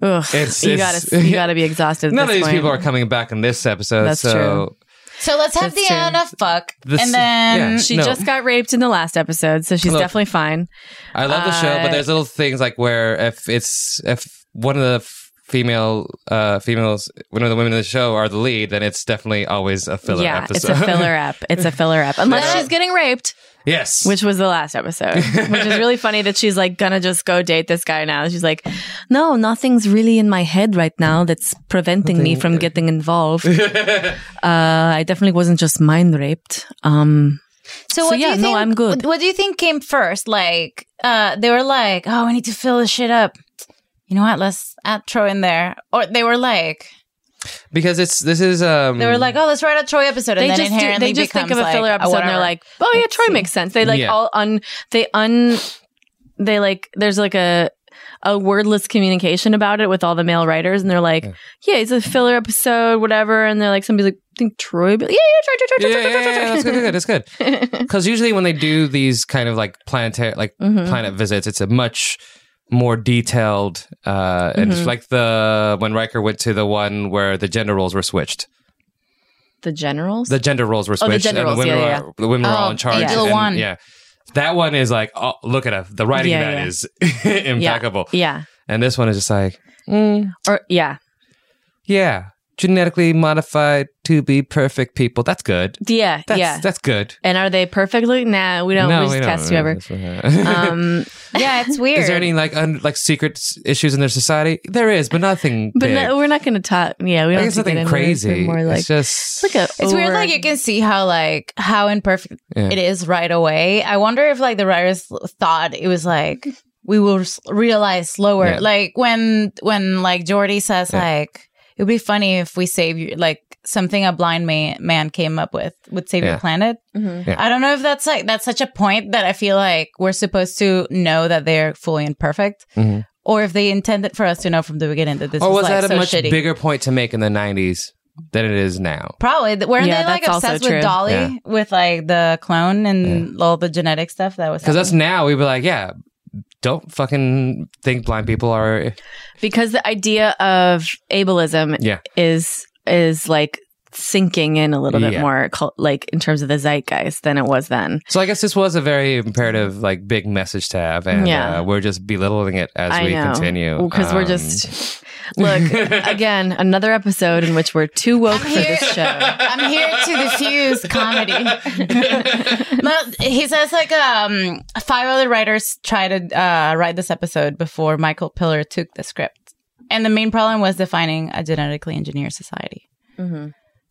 A: Ugh,
B: It's-
A: you
B: it's-
A: gotta you gotta be exhausted. At
B: None of
A: this
B: these
A: point.
B: people are coming back in this episode.
A: That's
B: so
C: So let's have
A: That's
C: Deanna fuck,
B: This-
C: and then
B: yeah,
A: she
B: no.
A: just got raped in the last episode, so she's
B: Look,
A: definitely fine.
B: I love the show,
A: Uh,
B: but there's little things like where if it's if one of the f- female uh females one of the women in the show are the lead then it's definitely always a filler
A: yeah,
B: episode
A: it's a filler up. It's a filler up. Unless
B: Yeah.
A: she's getting raped,
B: yes
A: which was the last episode, which is really funny that she's like gonna just go date this guy now. She's like, no, nothing's really in my head right now that's preventing me
B: Nothing.
A: from getting involved. uh, I definitely wasn't just mind raped. Um,
C: So, what do
A: yeah,
C: you think,
A: no, I'm good.
C: What do you think came first? Like, uh, they were like, "Oh, we need to fill this shit up." You know what? Let's add Troy in there. Or they were like,
B: because it's this is um
C: they were like, "Oh, let's write a Troy episode." And
A: they
C: then
A: just do,
C: inherently
A: they just think of
C: becomes
A: a filler
C: like,
A: episode and
C: whatever.
A: they're like, oh yeah, Troy makes sense. They like
C: Yeah.
A: all un they un they like there's like a a wordless communication about it with all the male writers and they're like, yeah, it's a filler episode, whatever. And they're like somebody's like, I think Troy, but yeah, yeah, Troy, Troy,
B: yeah,
A: Troy,
B: yeah,
A: Troy, Troy,
B: yeah, yeah,
A: Troy, Troy.
B: that's good, that's good, that's good. Because usually when they do these kind of like planetary, like
A: Mhm.
B: planet visits, it's a much more detailed, uh, and it's
A: Mhm.
B: like the when Riker went to the one where the gender roles were switched.
A: The generals.
B: The gender roles were
A: Oh, the
B: switched,
A: gender
B: and the
A: roles,
B: women,
A: yeah, yeah,
B: were,
A: yeah.
B: the women were
A: Oh,
B: all in charge.
A: yeah.
B: and-
A: one.
B: yeah, that one is like, oh, look at it, the writing
A: Yeah,
B: that
A: yeah.
B: is impeccable.
A: yeah.
B: Mm. and this one is just like,
A: Or yeah,
B: yeah, genetically modified to be perfect people. That's good.
A: Yeah,
B: That's,
A: yeah.
B: That's good.
A: and are they perfectly? Nah, we don't.
B: No,
A: we just
B: we don't.
A: cast whoever.
B: That's what-
A: um, yeah, it's weird.
B: Is there any like un- like secret s- issues in their society? There is, but nothing.
A: But
B: big.
A: no, we're not going to talk. Yeah, we
B: Like,
A: don't.
B: it's
A: have to
B: nothing
A: get into
B: crazy.
A: It. We're More
B: It's
A: like
B: just-
A: it's like a.
C: It's weird,
A: over-
C: like you can see how like how imperfect
B: Yeah.
C: it is right away. I wonder if like the writers thought it was like we will s- realize slower.
A: Yeah.
C: Like when when like Jordy says
A: Yeah.
C: like it would be funny if we save you like something a blind man, man came up with would save
A: Yeah.
C: your planet.
A: Mhm. Yeah.
C: I don't know if that's like that's such a point that I feel like we're supposed to know that they're fully imperfect.
B: Mhm.
C: Or if they intended for us to know from the beginning that this
B: or
C: is
B: Oh, was
C: like
B: that a
C: so
B: much
C: shitty.
B: bigger point to make in the '90s than it is now?
C: Probably. Th- Weren't
B: Yeah,
C: they like
B: that's also
C: obsessed with
B: true.
C: Dolly
B: Yeah.
C: with like the clone and all the genetic stuff that was
B: Because us now, we'd be like, yeah, don't fucking think blind people are.
A: because the idea of ableism
B: Yeah.
A: is is like sinking in a little bit
B: Yeah.
A: more cul- like in terms of the zeitgeist than it was then
B: So I guess this was a very imperative, like, big message to have, and
A: Yeah.
B: uh, we're just belittling it as
A: I
B: we
A: know.
B: continue.
A: because we're
B: Um,
A: just look again another episode in which we're too woke for this show
C: I'm here to diffuse comedy. no, he says like um five other writers tried to uh, write this episode before Michael Piller took the script, and the main problem was defining a genetically engineered society. Mm-hmm.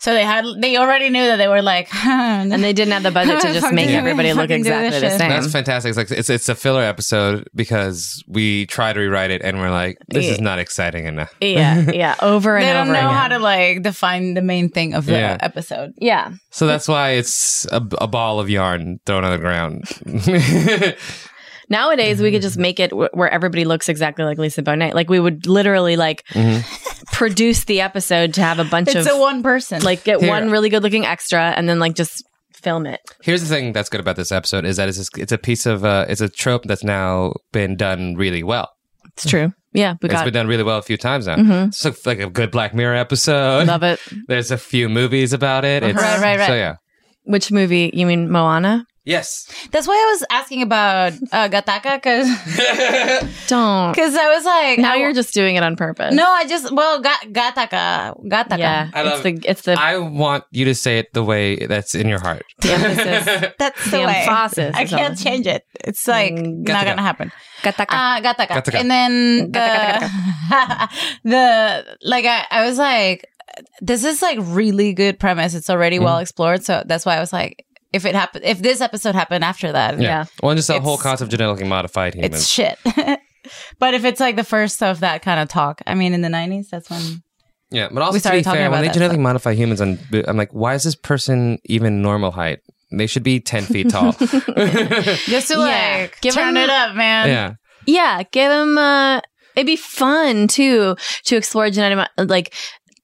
C: So they had they already knew that they were like, and
A: they didn't have the budget to just make everybody look exactly the same.
B: That's fantastic. It's like it's it's a filler episode because we try to rewrite it and we're like, this is
C: Yeah.
B: not exciting enough.
A: yeah yeah over and
C: they don't
A: over
C: know
A: again.
C: how to like define the main thing of the
B: Yeah.
C: episode. Yeah,
B: So that's why it's a, a ball of yarn thrown on the ground.
A: Mm-hmm. nowadays we could just make it wh- where everybody looks exactly like lisa bonet like we would literally like produce the episode to have a bunch
C: it's
A: of
C: a one person.
A: like get
B: Here.
A: one really good looking extra and then like just film it
B: Here's the thing that's good about this episode is that it's just, it's a piece of uh, it's a trope that's now been done really well.
A: it's true yeah we
B: It's
A: got
B: been done really well a few times now.
A: Mhm.
B: It's like, like a good Black Mirror episode.
A: Love it.
B: There's a few movies about it. It's,
C: Right, right, right.
B: So yeah.
A: which movie you mean moana
B: Yes.
C: That's why I was asking about uh, Gataka because
A: don't
C: because I was like,
A: now
C: I-
A: you're just doing it on purpose
C: no, I just well, ga- Gataka, Gataka.
A: yeah
B: I love
A: it's the it's the
B: I want you to say it the way that's in your heart.
C: That's Mm, the
A: The
C: way.
A: emphasis
C: I
A: is
C: can't
A: on-
C: change it. It's like not
B: Gataka.
C: gonna happen. Gataka, uh, Gataka.
B: Gataka.
C: and then the, the like I, I was like, this is like really good premise. It's already well explored, so that's why I was like, if it happened, if this episode happened after that,
B: Well, and just the whole
C: It's-
B: concept of genetically modified humans.
C: it's shit. but if it's like the first of that kind of talk, I mean, in the nineties, that's when.
B: Yeah, but also
C: We
B: to be
C: started talking
B: fair,
C: about
B: when they
C: that
B: genetically modify humans, and I'm like, why is this person even normal height? They should be ten feet tall.
C: Just to like
A: Give
C: turn
A: them-
C: it up, man.
B: yeah,
A: Yeah, give them. Uh, it'd be fun too to explore genetic, like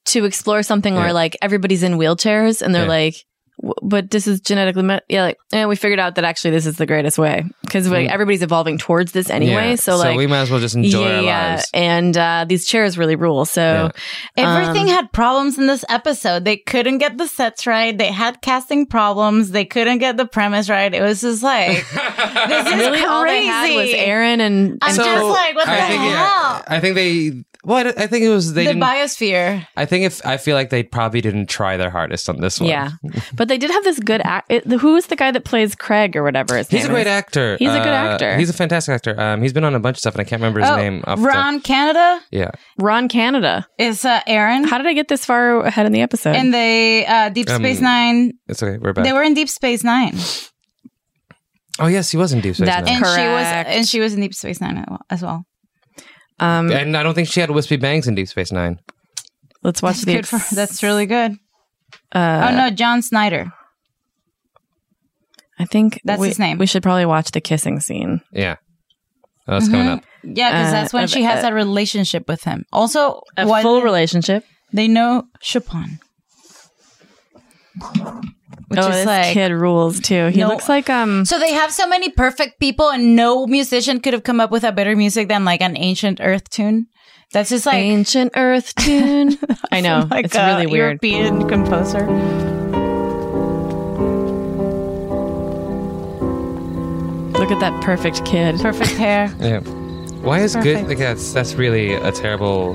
A: to explore something where
C: Yeah.
A: like everybody's in wheelchairs and they're
C: Yeah.
A: like, "W- but this is genetically, mo- yeah, like, and we figured out that actually this is the greatest way because like,
B: Mm.
A: everybody's evolving towards this anyway.
B: Yeah,
A: So like,
B: we might as well just enjoy our lives.
A: and uh, these chairs really rule. So
C: Everything
A: um,
C: had problems in this episode. They couldn't get the sets right. They had casting problems. They couldn't get the premise right. It was just like this is
A: really
C: crazy.
A: all they had was Aaron and,
C: I'm
A: and
C: just like, what the
B: I think,
C: hell?
B: yeah, I think they. Well, I don't- I think it was they.
C: the
B: didn't,
C: biosphere.
B: I think if I feel like they probably didn't try their hardest on this one.
A: Yeah, but they did have this good act. It, who is the guy that plays Craig or whatever? His
B: he's a
A: name
B: great
A: is?
B: actor.
A: He's a good
B: Uh,
A: actor.
B: He's a fantastic actor. Um, he's been on a bunch of stuff, and I can't remember his
C: Oh,
B: name. off the-
C: Ron Canada
B: yeah,
A: Ron Canada
C: is uh, Aaron.
A: How did I get this far ahead in the episode?
C: in the uh, Deep
B: Um,
C: Space Nine.
B: it's okay. We're back.
C: They were in Deep Space Nine.
B: oh yes, he was in Deep Space
C: and
B: Nine.
C: she was and she was in Deep Space Nine as well.
A: Um,
B: and I don't think she had wispy bangs in Deep Space Nine.
A: Let's watch
C: That's
A: the.
C: good for, that's really good.
A: Uh,
C: oh no, John Snyder.
A: I think
C: That's
A: we,
C: his name.
A: We should probably watch the kissing scene.
B: Yeah, oh, that's coming up.
C: Yeah, because
A: Uh,
C: that's when
A: of-
C: she has
A: uh,
C: that relationship with him. Also,
A: A
C: what-
A: full relationship.
C: They know Chopin. Which
A: oh,
C: is
A: this
C: like-
A: kid rules too. He
C: No.
A: looks like um.
C: So they have so many perfect people, and no musician could have come up with a better music than like an ancient Earth tune. That's just like
A: ancient Earth tune. I know
C: Like
A: it's
C: a
A: really weird.
C: European composer.
A: Look at that perfect kid.
C: Perfect hair.
B: Yeah. Why is
C: Perfect.
B: good? Like that's that's really a terrible.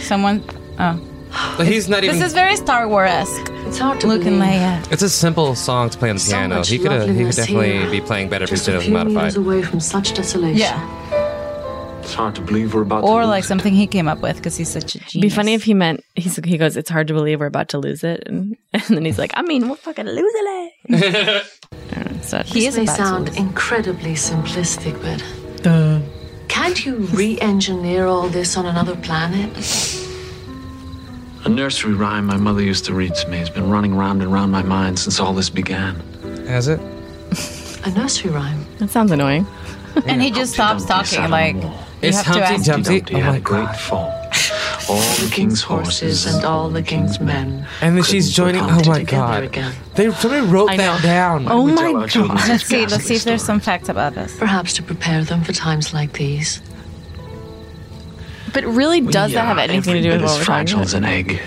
C: Someone. Oh.
B: But he's not even.
C: This is very Star Wars esque.
G: It's hard to
C: Luke and Leia.
B: it's a simple song to play on the piano.
G: much
B: He could have. He could
G: loveliness
B: definitely
G: here.
B: be playing better if he
G: Just a
B: didn't
G: few
B: modify.
G: meters away from such desolation.
C: Yeah.
H: It's hard to believe we're
A: Oh
H: about
C: Or
H: to.
C: like something he came up with because he's such a genius.
A: It'd be funny if he meant he's, he goes. It's hard to believe we're about to lose it, and, and then he's like, I mean, we'll fucking lose it. So
G: This may sound incredibly simplistic, but can't you re-engineer all this on another planet?
H: A nursery rhyme my mother used to read to me has been running round and round my mind since all this began.
B: Has it?
G: A nursery rhyme.
A: That sounds annoying.
C: And he just stops talking. Like, you
H: It's
C: have to
H: Humpty
C: ask.
H: Dumpty.
B: Oh
H: had
B: my
H: a great fall. All the king's horses and all the king's men.
B: And then she's joining. Oh my god! They somebody wrote that down.
C: Oh
G: my our children God.
C: Let's
G: this
C: see. Let's
G: ghastly
C: see if there's some facts about this.
G: Perhaps to prepare them for times like these.
A: But really, does
H: We
A: that have
H: are
A: anything to do
H: every
A: with
H: bit
A: what
H: as
A: we're talking
H: fragile
A: about?
H: as an egg.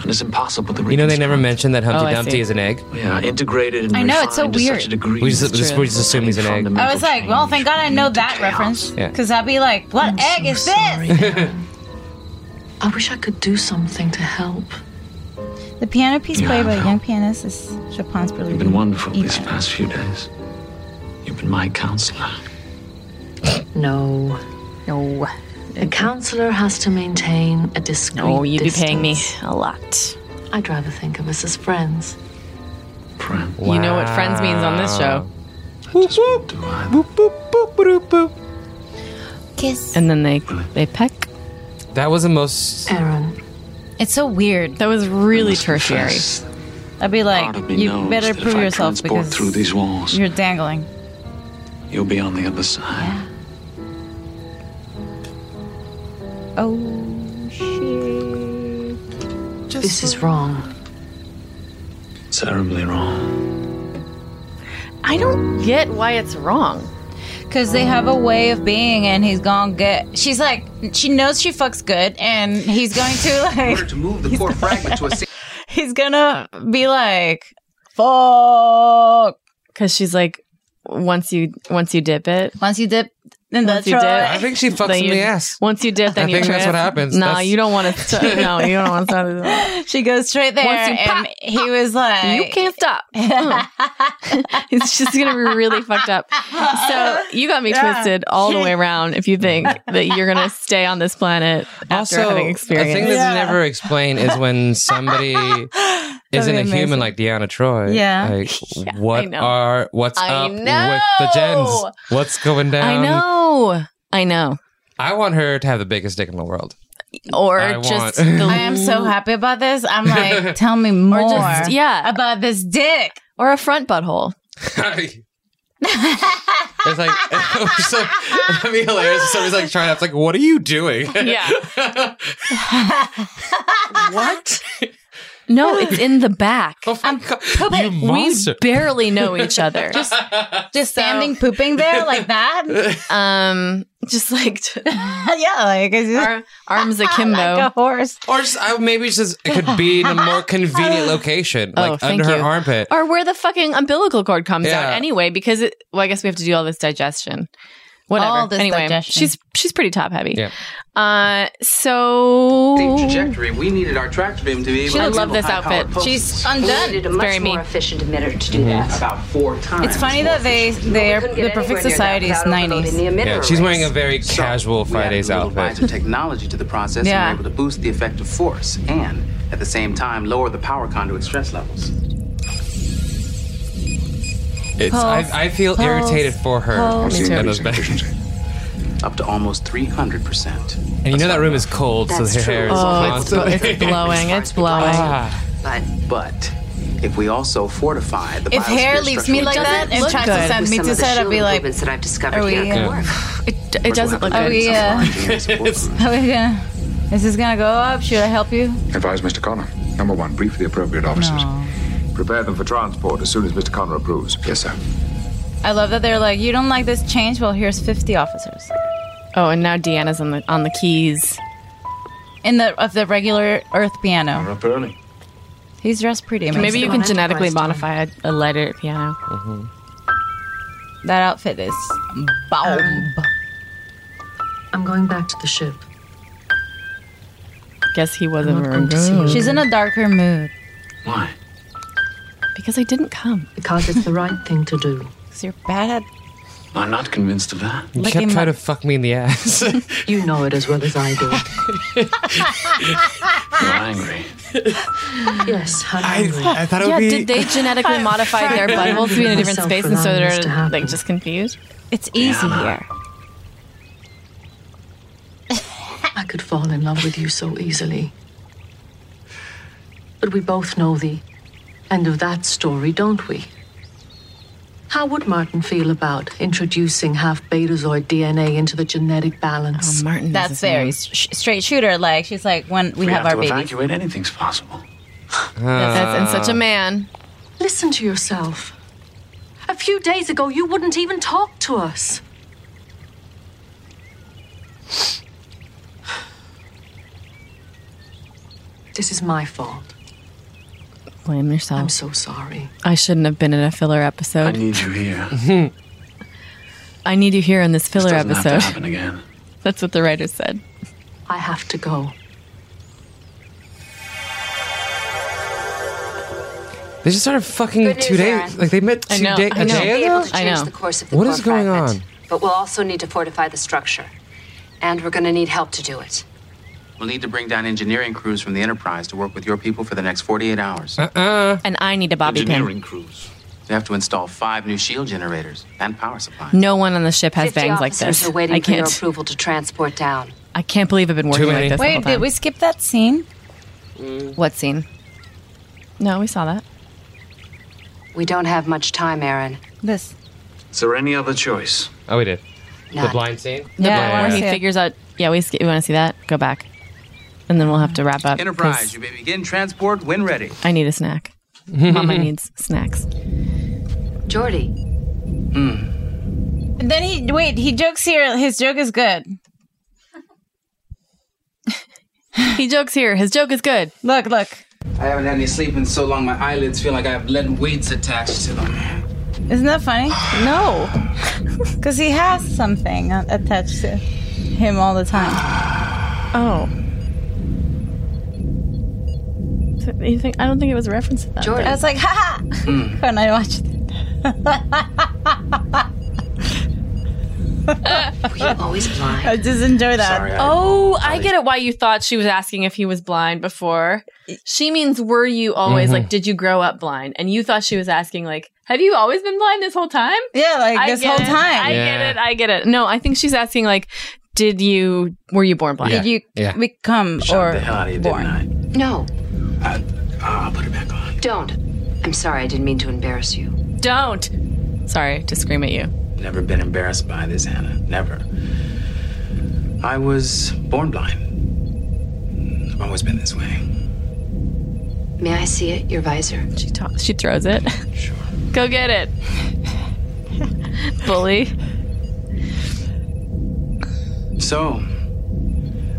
H: And it's impossible to
B: You know they never mentioned that Humpty
H: Oh, I
B: Dumpty
H: see.
B: is an egg.
H: Yeah, integrated and
C: I know, it's so
H: refined to
C: weird.
H: such a degree.
B: We just, just- we just assume he's an egg.
C: I was like, well, thank God I know that reference
B: Yeah.
C: because I'd be like, what egg is this?
G: I wish I could do something to help.
C: The piano piece played by a young pianist is Chopin's
H: You've
C: Prelude.
H: been wonderful these past few days. You've been my counselor.
G: No.
A: No.
G: A counselor has to maintain a discreet
A: No, Oh, you'd be paying me
G: distance.
A: a lot.
G: I'd rather think of us as friends.
A: You know what friends means on this show.
C: Kiss.
A: And then they they peck.
B: That was the most.
G: Aaron.
C: It's so weird.
A: That was really tertiary.
C: I'd be like,
H: Part of me
C: you
H: knows
C: better
H: that
C: prove
H: if I
C: yourself
H: transport
C: because
H: through these walls,
C: you're dangling.
H: you'll be on the other side.
C: Oh shit!
G: this is wrong.
H: Terribly wrong.
A: I don't get why it's wrong.
C: Because they have a way of being, and he's gonna get. She's like, she knows she fucks good, and he's going to like,
H: To move the core fragment to a
C: he's gonna be like, fuck.
A: Because she's like, once you once you dip it,
C: Once you dip, then
A: once
C: that's
A: you dip,
B: I think she fucks
A: then
B: in
A: you-
B: the ass.
A: Once you dip, then
B: I
A: you
B: think that's
A: trip.
B: what happens.
A: No,
B: That's-
A: you don't want to. St- no, you don't want to start this. off.
C: She goes straight there,
A: Once you
C: and he was like,
A: You can't stop. Hmm. it's just gonna be really fucked up. So you got me
C: Yeah.
A: twisted all the way around. If you think that you're gonna stay on this planet after
B: also,
A: having
B: a thing
A: experienced,
B: that's
C: Yeah.
B: never explained is when somebody isn't a
C: amazing.
B: human like Deanna Troy.
C: Yeah.
B: Like, what
A: know.
B: are what's
A: I
B: up with the
A: know.
B: gens? What's going down?
A: I know, I know,
B: I want her to have the biggest dick in the world.
A: or
B: I
A: just
B: want-
A: the
C: I am so happy about this. I'm like, tell me more.
A: or just yeah,
C: about this dick.
A: or a front butthole.
B: it's like so, that'd be hilarious. Somebody's like trying. It's like, what are you doing?
A: Yeah. what? No, it's in the back.
B: Oh my God, you
A: We
B: monster!
A: barely know each other. Just
C: Just standing pooping there like that.
A: um, just like t-
C: yeah, like it's just
A: ar- arms akimbo.
C: like a horse.
B: Or just, I, maybe it's just it could be in a more convenient location,
A: Oh,
B: like
A: thank
B: under her
A: you.
B: armpit.
A: or where the fucking umbilical cord comes
B: Uh, Yeah.
A: out anyway because it well i guess we have to do all this digestion whatever
C: All this
A: anyway
C: digestion.
A: she's she's pretty top heavy
B: Yeah.
A: uh so
I: Same trajectory. We needed our tractor beam to be able
A: She
I: to
A: would love
I: handle
A: this
I: high-powered
A: outfit.
I: pulses.
C: She's
M: We
C: undone.
M: needed a much
A: very me.
M: more efficient emitter to do that.
I: about four times.
C: It's funny that they they are
M: Couldn't get
C: the
M: anywhere
C: perfect
M: near that
C: society is
M: without overloading the
C: nineties.
M: emitter
B: yeah, she's
M: arrays.
B: wearing a very casual Fridays
I: we added a little
B: outfit.
I: riser technology to the process
C: Yeah.
I: and were able to boost the effective force and, at the same time, lower the power conduit stress levels.
B: It's, I, I feel
C: Pulse,
B: irritated for her.
C: pulse.
B: and,
C: Me too.
B: those back-
I: Up to almost 300%.
B: and you know that room is cold, so her hair is
A: oh it's, bl-
B: constantly.
A: it's blowing it's blowing
B: Ah,
M: But
I: But if we also fortify the
C: If hair
I: biosphere
C: leaves
I: structure
C: me
I: with
C: like
I: the-
C: that and
A: look
C: tries
A: good.
C: to send
M: with
C: me
M: some
C: to
M: of the
C: set, I'd
M: shield
C: be like,
M: movements that I've discovered
C: are
M: here
C: we,
M: can
C: uh,
M: work.
A: it, it doesn't look
C: are
A: good
C: we, uh, are we gonna, is this gonna go up? Should I help you?
E: Advise Mr. Connor. Number one, brief the appropriate officers.
C: No.
E: Prepare them for transport as soon as Mr. Connor approves. Yes, sir.
C: I love that they're like, you don't like this change? Well, here's fifty officers
A: oh and now deanna's on the on the keys
C: in the of the regular Earth piano.
H: Up early.
C: He's dressed pretty. Amazing.
A: maybe you
G: the
A: can
G: one
A: genetically
G: enterprise
A: modify a, a lighter piano
B: Mm-hmm.
C: that outfit is bomb.
G: I'm going back to the ship.
A: guess he wasn't marooned. Too.
C: She's in a darker mood.
I: Why?
A: Because I didn't come.
G: Because it's the right thing to do.
C: Because you're bad
I: I'm not convinced of that.
B: You kept trying to fuck me in the ass.
G: you know it as well as I do.
I: You're angry.
G: yes, I'm angry.
B: I thought it
A: yeah,
B: would be.
A: did they genetically modify their buttholes to be in a different
G: Myself
A: space, and so
G: allowing this to
A: they're
G: happen.
A: like just confused?
C: It's easy here.
G: I could fall in love with you so easily. But we both know the end of that story, don't we? How would Martin feel about introducing half betazoid DNA into the genetic balance?
A: Martin,
C: That's very sh- straight shooter. Like she's like when we,
I: We
C: have,
I: have
C: our
I: to
C: baby.
I: evacuate. Anything's possible.
A: That's and
B: Ah.
I: Uh.
A: such a man.
G: Listen to yourself. A few days ago, you wouldn't even talk to us. This is my fault.
A: Blame
G: I'm
A: yourself.
G: so sorry.
A: I shouldn't have been in a filler
I: I
A: episode.
I: need you here.
A: I need you here in this
I: This
A: filler
I: doesn't have to
A: episode.
I: happen again.
A: That's what the writers said.
G: I have to go.
B: They just started fucking
M: Good news,
B: two days.
M: Aaron.
B: Like they met two days.
M: We
B: A
M: should
B: day
M: be
B: ago.
M: able to change the course of the
B: What
M: core
B: is going
M: fragment,
B: on?
M: But we'll also need to fortify the structure. And we're going to need help to do it.
I: We'll need to bring down engineering crews from the Enterprise to work with your people for the next 48 hours.
A: And I need a bobby pin.
I: engineering crews. They have to install five new shield generators and power supplies.
A: No one on the ship has
M: 50
A: bangs like
M: officers
A: this.
M: are waiting
A: I
M: for your
A: can't.
M: approval to transport down.
A: I can't believe I've been working like
B: many.
A: this. the whole
C: Wait, did
A: time.
C: we skip that scene?
A: What scene? No, we saw that.
M: We don't have much time, Aaron.
C: This.
I: Is there any other choice?
B: Oh, we did. The
M: None.
B: blind scene.
A: The
C: Yeah,
A: one
C: I wanna
A: where he
C: see it.
A: figures out. Yeah, we, sk- we want to see that. Go back, and then we'll have to wrap up. 'cause
I: Enterprise, you may begin transport when ready.
A: I need a snack. Mama needs snacks.
M: Jordy,
I: Hmm.
C: And then he wait. He jokes here. His joke is good.
A: He jokes here. His joke is good.
C: Look, look.
N: I haven't had any sleep in so long, my eyelids feel like I have lead weights attached to them.
C: Isn't that funny? No, because he has something uh, attached to him all the time.
A: Oh. So you think? I don't think it was a reference to that.
M: Jordan.
C: I was like, ha ha, when I watched it.
M: were you always blind?
C: I just enjoy that.
N: Sorry, I-
A: Oh, I get it. Why you thought she was asking if he was blind before? She means, were you always like? Did you grow up blind? And you thought she was asking like, have you always been blind this whole time?
C: Yeah, like
A: I
C: this
A: get
C: whole
A: it.
C: time.
A: I
B: Yeah.
A: get it. I get it. No, I think she's asking like, did you were you born blind?
B: Yeah.
C: Did you
B: Yeah.
C: become
I: the hell out
C: or
I: of you,
C: born?
I: didn't
M: No,
I: I? I ah, I'll put it back on.
M: don't. I'm sorry, I didn't mean to embarrass you.
A: Don't. Sorry to scream at you.
I: Never been embarrassed by this, Hannah. Never. I was born blind. I've always been this way.
M: May I see it, your visor?
A: She ta- she throws it.
I: Sure.
A: Go get it, bully.
I: So,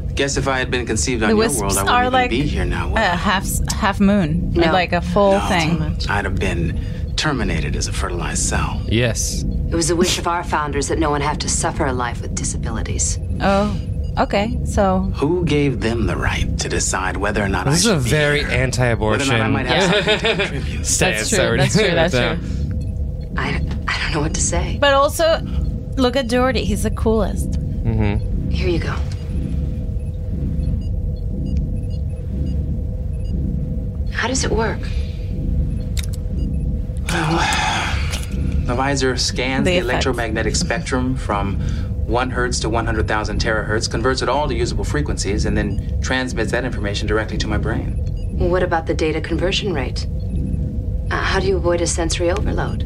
I: I guess if I had been conceived on
C: The
I: your
C: wisps
I: world, I wouldn't
C: are
I: even
C: like-
I: be here now. would I?
C: A half half moon,
M: No.
C: like a full
I: No.
C: thing.
I: I'd have been terminated as a fertilized cell.
B: Yes.
M: It was the wish of our founders that no one have to suffer a life with disabilities.
C: Oh, okay. So
I: Who gave them the right to decide whether or not I
B: This is
I: should
B: a
I: be
B: very
I: here? Whether or
B: anti-abortion.
I: not I might have something to contribute.
B: stance
A: true,
B: that we're
A: that's true,
B: doing
A: that's
B: right
A: true.
B: now.
M: I, I don't know what to say.
C: But also, look at Jordy. He's the coolest.
B: Mm-hmm.
M: Here you go. How does it work?
I: The visor scans
C: The
I: the,
C: effects.
I: electromagnetic spectrum from 1 hertz to 100,000 terahertz, converts it all to usable frequencies, and then transmits that information directly to my brain.
M: Well, what about the data conversion rate? Uh, how do you avoid a sensory overload?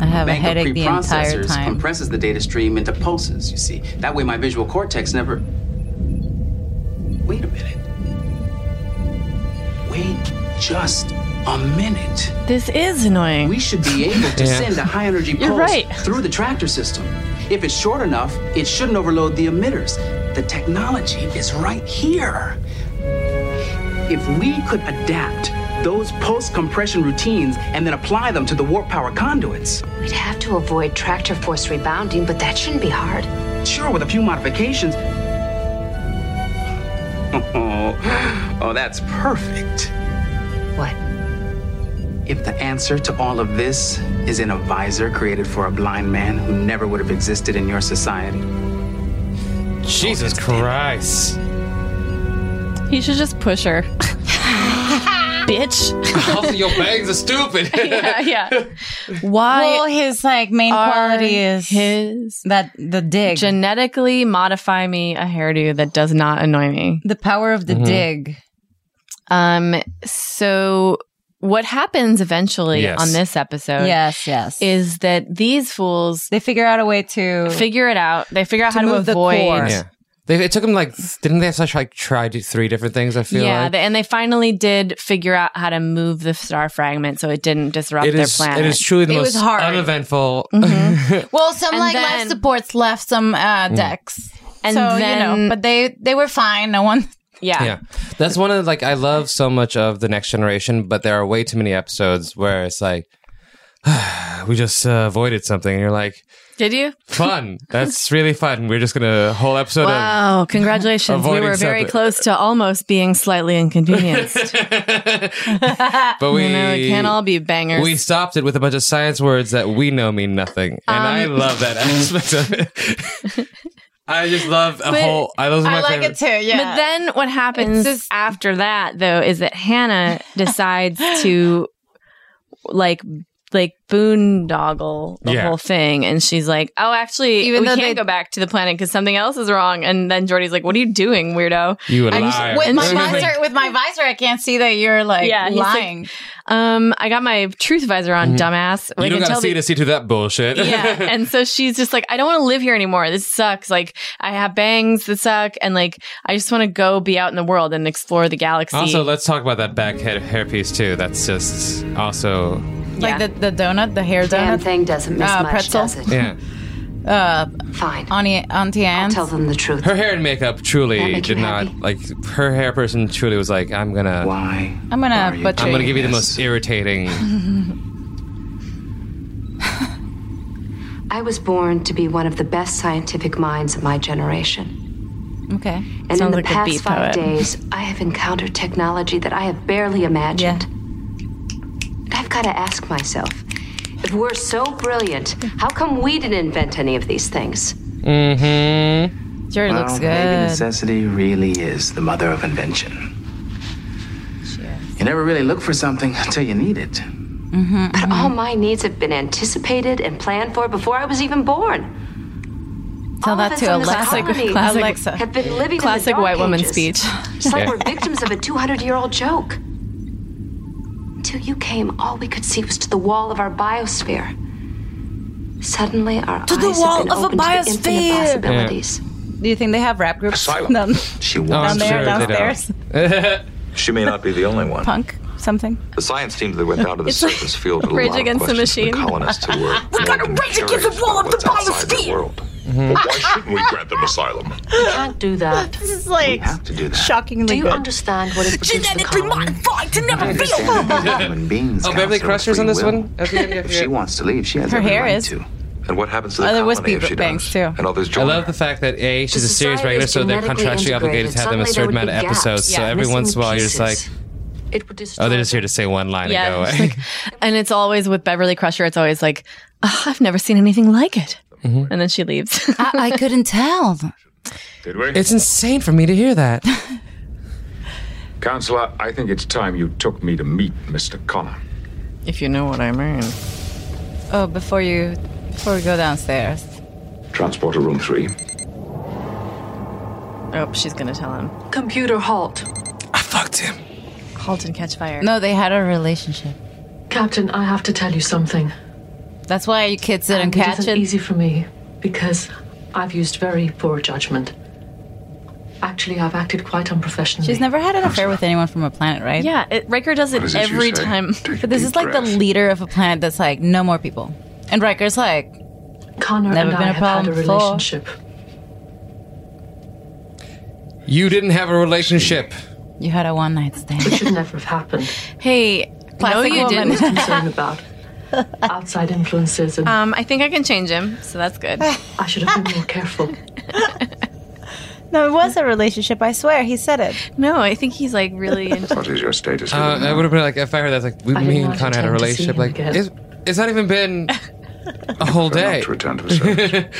C: I have a
I: Bank of
C: headache the entire
I: preprocessors
C: time.
I: compresses the data stream into pulses, you see. That way my visual cortex never. Wait a minute. Wait just a minute.
A: This is annoying.
I: We should be able to
B: Yeah.
I: send a high energy pulse
A: You're right.
I: through the tractor system. If it's short enough, it shouldn't overload the emitters. The technology is right here. If we could adapt those pulse compression routines and then apply them to the warp power conduits,
M: We'd have to avoid tractor force rebounding, but that shouldn't be hard.
I: sure, with a few modifications. Oh, that's perfect.
M: What?
I: If the answer to all of this is in a visor created for a blind man who never would have existed in your society,
B: Jesus Christ.
A: He should just push her. Bitch.
B: also, your bangs are stupid.
A: yeah, yeah. Why?
C: Well, his like main
A: are
C: quality is
A: his
C: that the dig
A: genetically modify me a hairdo that does not annoy me.
C: The power of the
A: Mhm.
C: dig.
A: Um. So what happens eventually
C: Yes.
A: on this episode?
C: Yes, yes.
A: Is that these fools?
C: They figure out a way to
A: figure it out. They figure out
C: To
A: how to
C: move the
A: avoid.
C: core.
B: Yeah. They, it took them like, didn't they have to try, try to do three different things? I feel
A: yeah,
B: like.
A: they- and they finally did figure out how to move the star fragment so it didn't disrupt
B: it
A: their
B: is,
A: planet.
B: it is truly the
C: It was
B: most
C: hard.
B: uneventful.
A: Mm-hmm.
C: Well, some like life
A: then-
C: supports left some uh,
B: Mm.
C: decks,
A: And
C: so you know,
A: then-
C: but they they were fine. No one.
B: Yeah. That's one of the, like I love so much of the next generation, but there are way too many episodes where it's like we just uh, avoided something and you're like
A: Did you?
B: fun. That's really fun. We're just going to whole episode of
A: Wow, congratulations. We
B: Avoiding
A: were very
B: something.
A: close to almost being slightly inconvenienced.
B: but we
A: you know, it can't all be bangers.
B: we stopped it with a bunch of science words that we know mean nothing. And I
A: Um,
B: love that aspect of it. I just love a
A: But
B: whole I, those are my favorite.
A: But then what happens after that though is that Hannah decides to like like boondoggle the
B: Yeah.
A: whole thing and she's like, "Oh, actually
C: Even
A: we
C: though
A: can't
C: they-
A: go back to the planet cuz something else is wrong." And then Jordy's like, "What are you doing, weirdo?"
B: You a
A: And-
B: liar.
C: With
A: and
C: my
A: she's like-
C: visor, with my visor, I can't see that you're like
A: yeah, he's like,
C: lying.
A: um, I got my truth visor on,
B: Mhm.
A: dumbass. I
B: you don't
A: can
B: got to
A: tell
B: see
A: that-
B: to see through that bullshit.
A: yeah. And so she's just like, I don't want to live here anymore. This sucks. Like, I have bangs that suck. And like, I just want to go be out in the world and explore the galaxy.
B: Also, let's talk about that back hair hairpiece too. That's just also
C: Like the, the donut, the hair donut.
M: Damn thing doesn't miss
C: uh,
M: much,
C: pretzel.
M: does it?
B: yeah.
C: Uh,
M: Fine.
C: Auntie, Auntie Anne's.
M: Tell them the truth.
B: Her hair and makeup truly
M: make you
B: did not like her hair person truly was like, I'm gonna Why?
C: I'm gonna butcher.
B: I'm gonna
C: you.
B: give you the most irritating
M: I was born to be one of the best scientific minds of my generation.
C: Okay.
M: And in the past five days, I have encountered technology that I have barely imagined. And I've got to ask myself if we're so brilliant, how come we didn't invent any of these things?
I: Mm-hmm.
C: Sure
I: well,
C: looks
I: Maybe
C: good.
I: necessity really is the mother of invention. You never really look for something until you need it.
M: But all my needs have been anticipated and planned for before I was even born.
C: Tell
M: all
C: that
M: of us
C: to
M: on this
C: Alexa.
M: colony
C: Classic- Alexa.
M: Have been living in the
A: Classic
M: dark
A: white woman
M: ages.
A: speech.
M: It's like
A: Yeah.
M: we're victims of a 200 year old joke. Until you came, all we could see was to the wall of our biosphere. Suddenly, our
C: To
M: eyes
C: the
M: have
C: wall
M: been
C: of a
M: opened to the infinite
C: biosphere.
M: possibilities.
C: Do you think they have rap groups?
F: Asylum.
C: Down,
F: She
C: down there, downstairs.
F: she may not be the only one.
C: Punk something.
F: The science team that went down to the
C: It's like
F: surface field with a
C: Rage
F: lot
C: Against the
F: of questions from
C: Machine.
F: colonists who were
C: We gotta
F: more than
C: rage against
F: curious
C: the wall
F: about
C: of the
F: what's outside
C: biosphere.
F: the world.
E: Mm-hmm.
F: But why shouldn't we grant them asylum?
M: You can't do that.
C: This is like
I: to do that.
C: shockingly
M: Do you
C: good.
M: understand what it
C: Genetically modified to
I: I understand that we're human beings.
B: Oh, Beverly
I: counsel
B: Crusher's
I: free
B: on this
I: will.
B: one?
I: If she wants to leave, she has
C: Her
I: every
C: hair
I: right
C: is.
I: to.
F: And what happens to
M: Oh,
F: the
C: Other
F: colony
C: wispy
F: if she
C: bangs
F: does?
C: too.
F: And others
B: I
F: join
B: love the fact that A, she's a series
M: society
B: regular,
M: is
B: so they're
M: genetically
B: contractually obligated
M: integrated.
B: to have them a
M: Suddenly there
B: certain
M: would
B: amount
M: be
B: of episodes.
M: gaps.
B: So
M: Yeah,
B: every
M: missing
B: once in a while you're just like,
M: pieces. It would destroy
B: oh, they're just here to say one line
A: Yeah,
B: and
A: it's
B: go away.
A: like- and it's always with Beverly Crusher, it's always like, "Ugh, I've never seen anything like it.
B: Mm-hmm.
A: And then she leaves.
C: I, I couldn't tell.
E: Did we?
B: it's insane for me to hear that.
E: Counselor, I think it's time you took me to meet Mr. Connor.
A: if you know what I mean.
C: Oh, before you, before we go downstairs.
E: Transporter room three.
A: Oh, she's going to tell him.
G: Computer halt.
B: I fucked him.
A: Halt and catch fire.
C: No, they had a relationship.
G: Captain, I have to tell you something.
C: That's why you kids didn't
G: And
C: catch
G: it isn't
C: it.
G: easy for me because I've used very poor judgment. Actually, I've acted quite unprofessionally.
C: She's never had an affair with anyone from a planet, right?
A: Yeah, it, Riker does
G: What
A: it
G: is it you
A: every
G: say?
A: time.
C: But this is like the leader of a planet that's like, no more people. And Riker's like,
G: Connor
C: never
G: and
C: been
G: I
C: a
G: have
C: problem
G: had a
C: before.
G: relationship.
B: You didn't have a relationship.
C: You had a one night stand.
G: It should never have happened.
A: Hey, no,
C: Classic
A: you
C: woman.
G: I was concerned
A: didn't. Ah.
G: about outside influences, and
A: um, I think I can change him, so that's good.
G: I should have been more careful.
O: No, it was a relationship. I swear, he said it.
A: No, I think he's like really into.
E: What is your status?
B: Uh, I would have been like, if I heard that, like, we,
A: I
B: me
A: did
B: and
A: not
B: Connor had a
A: intend to see
B: relationship.
A: him
B: Like,
A: again.
B: it's, it's not even been a whole day.
O: Girl, get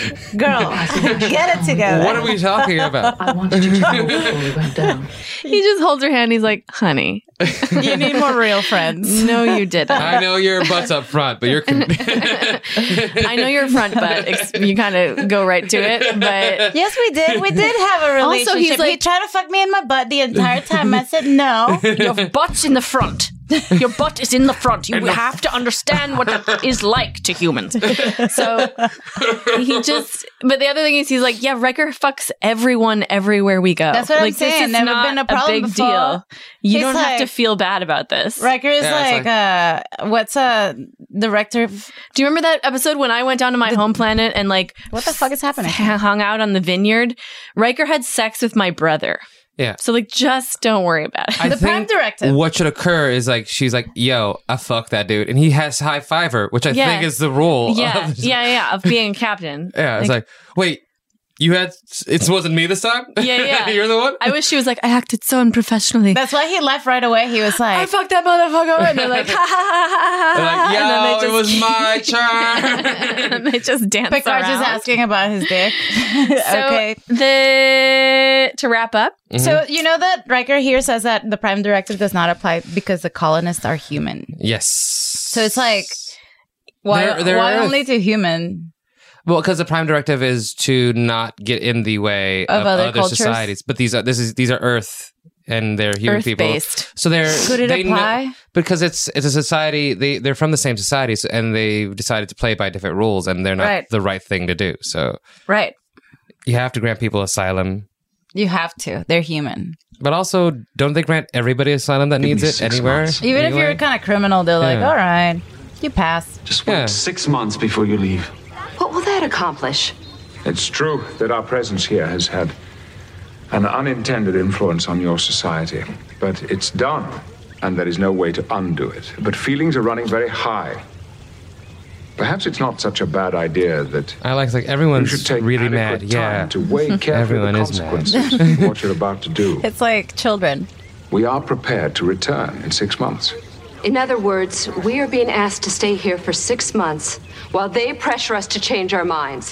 O: it together.
B: What are we talking about?
M: I wanted you to know before we went down.
A: He just holds her hand. He's like, "Honey,
C: you need more real friends."
A: No, you didn't.
B: I know your butt's up front, but you're. Con-
A: I know your front butt. ex- You kind of go right to it, but
O: yes, we did. We did have a relationship.
A: Also, he's
O: he
A: like,
O: tried to fuck me in my butt the entire time. I said no.
P: Your butt's in the front. Your butt is in the front. You
A: And the-
P: have to understand what that is like to humans.
A: So he just. But the other thing is, he's like, "Yeah, Wrecker fucks everyone everywhere we go."
C: That's what I'm
A: like,
C: saying.
A: This is
C: Never
A: not
C: been a problem
A: big
C: before.
A: deal. You
C: He's
A: don't have to
C: like-
A: feel bad about this.
C: Riker is like, uh, what's a director? Of-
A: Do you remember that episode when I went down to my home planet and like what the fuck is happening? Hung out on the vineyard. Riker had sex with my brother.
B: yeah.
A: So like, just don't worry about it.
B: I think What should occur is like she's like, "Yo, I fuck that dude," and he has to high five her, which I
A: Yeah.
B: think is the rule.
A: yeah,
B: of-
A: yeah, yeah, of being a captain.
B: yeah. It's like, wait, you had it wasn't me this time.
A: yeah, yeah.
B: you're the one.
A: I wish she was like, I acted so unprofessionally.
C: That's why he left right away. He was like, I
A: fucked that motherfucker. And they're like, ha ha ha ha
B: They're
A: ha.
B: like,
A: And
B: "Yo,
A: then they
B: it
A: just-
B: was my turn."
A: and they just dance
C: Picard's
A: around.
C: just asking about his dick.
A: So
C: okay.
A: the to wrap up.
C: So you know that Riker here says that the Prime Directive does not apply because the colonists are human.
B: yes. So
C: it's like why
B: They're- they're
C: why
B: Earth.
C: only to human?
B: Well, because the prime directive is to not get in the way
C: Of
B: of,
C: other
B: other,
C: cultures?
B: societies, but these are this is these are Earth and they're human people.
A: Earth-based.
B: So they're
A: Could it
B: they know-
A: apply?
B: because it's it's a society. They they're from the same society, so, and they decided to play by different rules, and they're not
C: Right.
B: the right thing to do. So
C: Right.
B: you have to grant people asylum,
C: You have to. They're human.
B: but also don't they grant everybody asylum that needs it anywhere?
C: Even if you're a kind of criminal, they're like,
B: Yeah.
C: all right, you pass.
H: Just wait six months before you leave.
M: What will that accomplish?
E: It's true that our presence here has had an unintended influence on your society, but it's done, and there is no way to undo it. But feelings are running very high. Perhaps it's not such a bad idea that
B: I like like everyone's really mad. Yeah,
E: to weigh carefully
B: everyone
E: the
B: is mad.
E: consequences of what you're about to do.
C: It's like children.
E: We are prepared to return in six months.
M: In other words, we are being asked to stay here for six months while they pressure us to change our minds.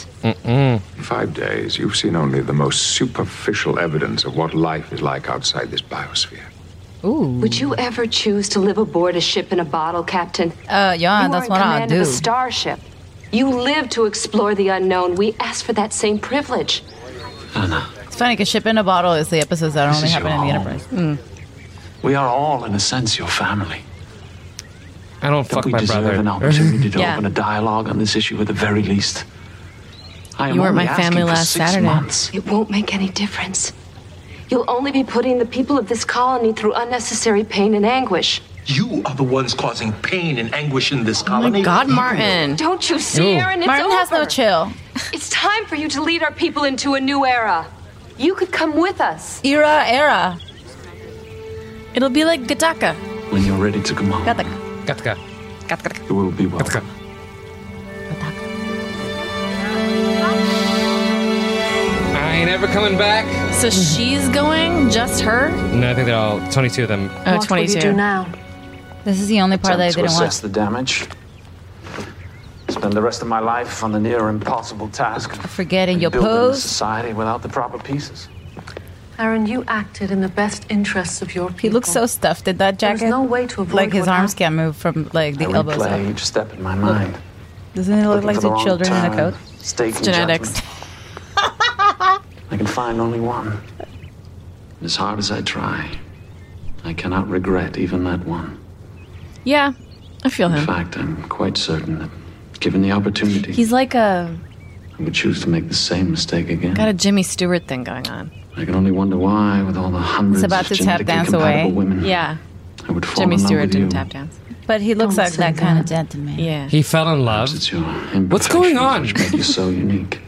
E: In five days, you've seen only the most superficial evidence of what life is like outside this biosphere.
M: Would you ever choose to live aboard a ship in a bottle, Captain?
C: Uh, yeah,
M: you
C: that's
M: are
C: what
M: in
C: I
M: command of a
C: do.
M: starship. You live to explore the unknown. We ask for that same privilege.
C: It's funny because ship in a bottle is the episodes that only happen in the Mm. Enterprise.
H: We are all, in a sense, your family.
B: I don't
H: fuck we
B: my
H: deserve
B: brother.
H: an opportunity to
A: Yeah.
H: open a dialogue on this issue at the very least. I am
A: You were at my
H: only asking
A: family
H: for
A: last
H: six
A: Saturday.
H: months.
M: It won't make any difference. You'll only be putting the people of this colony through unnecessary pain and anguish.
Q: You are the ones causing pain and anguish in
C: Oh
Q: this
M: my
Q: colony.
M: God, Martin. Don't you see,
Q: Ooh.
M: Aaron? It's
C: Martin has no
M: over.
C: chill.
M: It's time for you to lead our people into a new era. You could come with us.
C: Era, era.
A: It'll be like Gataka.
H: When you're ready to come home,
A: Gataka.
B: Gataka.
A: Gataka.
H: you will be welcome.
B: I ain't ever coming back.
A: So she's going, just her.
B: No, I think they're all twenty-two of them.
A: Oh, What will you 22. do
M: now?
C: This is the only part that I
H: Attempt to
C: didn't watch.
H: assess the damage. Spend the rest of my life on the near impossible task of
C: Forgetting your
H: rebuilding
C: pose.
H: society without the proper pieces.
G: Aaron, you acted in the best interests of your people.
C: He looks so stuffed in that jacket.
G: There's no way to avoid
C: like his
G: what
C: arms can't move from like the
H: I
C: elbows.
H: replay
C: Up.
H: each step in my mind.
C: Doesn't he look
H: Looking
C: like
H: for the
C: the
H: wrong
C: children in a
H: turn,
C: coat?
H: Stake in
C: Genetics.
H: judgment. I can find only one. And As hard as I try, I cannot regret even that one.
A: Yeah, I feel
H: In
A: him.
H: fact, I'm quite certain that, given the opportunity,
A: He's like a
H: I would choose to make the same mistake again.
A: got a Jimmy Stewart thing going on.
H: I can only wonder why, with all the hundreds
A: He's about
H: of
A: to tap
H: genetically
A: dance
H: compatible
A: away.
H: women,
A: Yeah,
H: I would fall
A: Jimmy
H: in love
A: Stewart
H: with
A: didn't
H: you.
A: tap dance.
C: But he looks like that kind of gentleman.
A: Yeah.
B: He fell in love.
H: What's going on? Which made you so unique.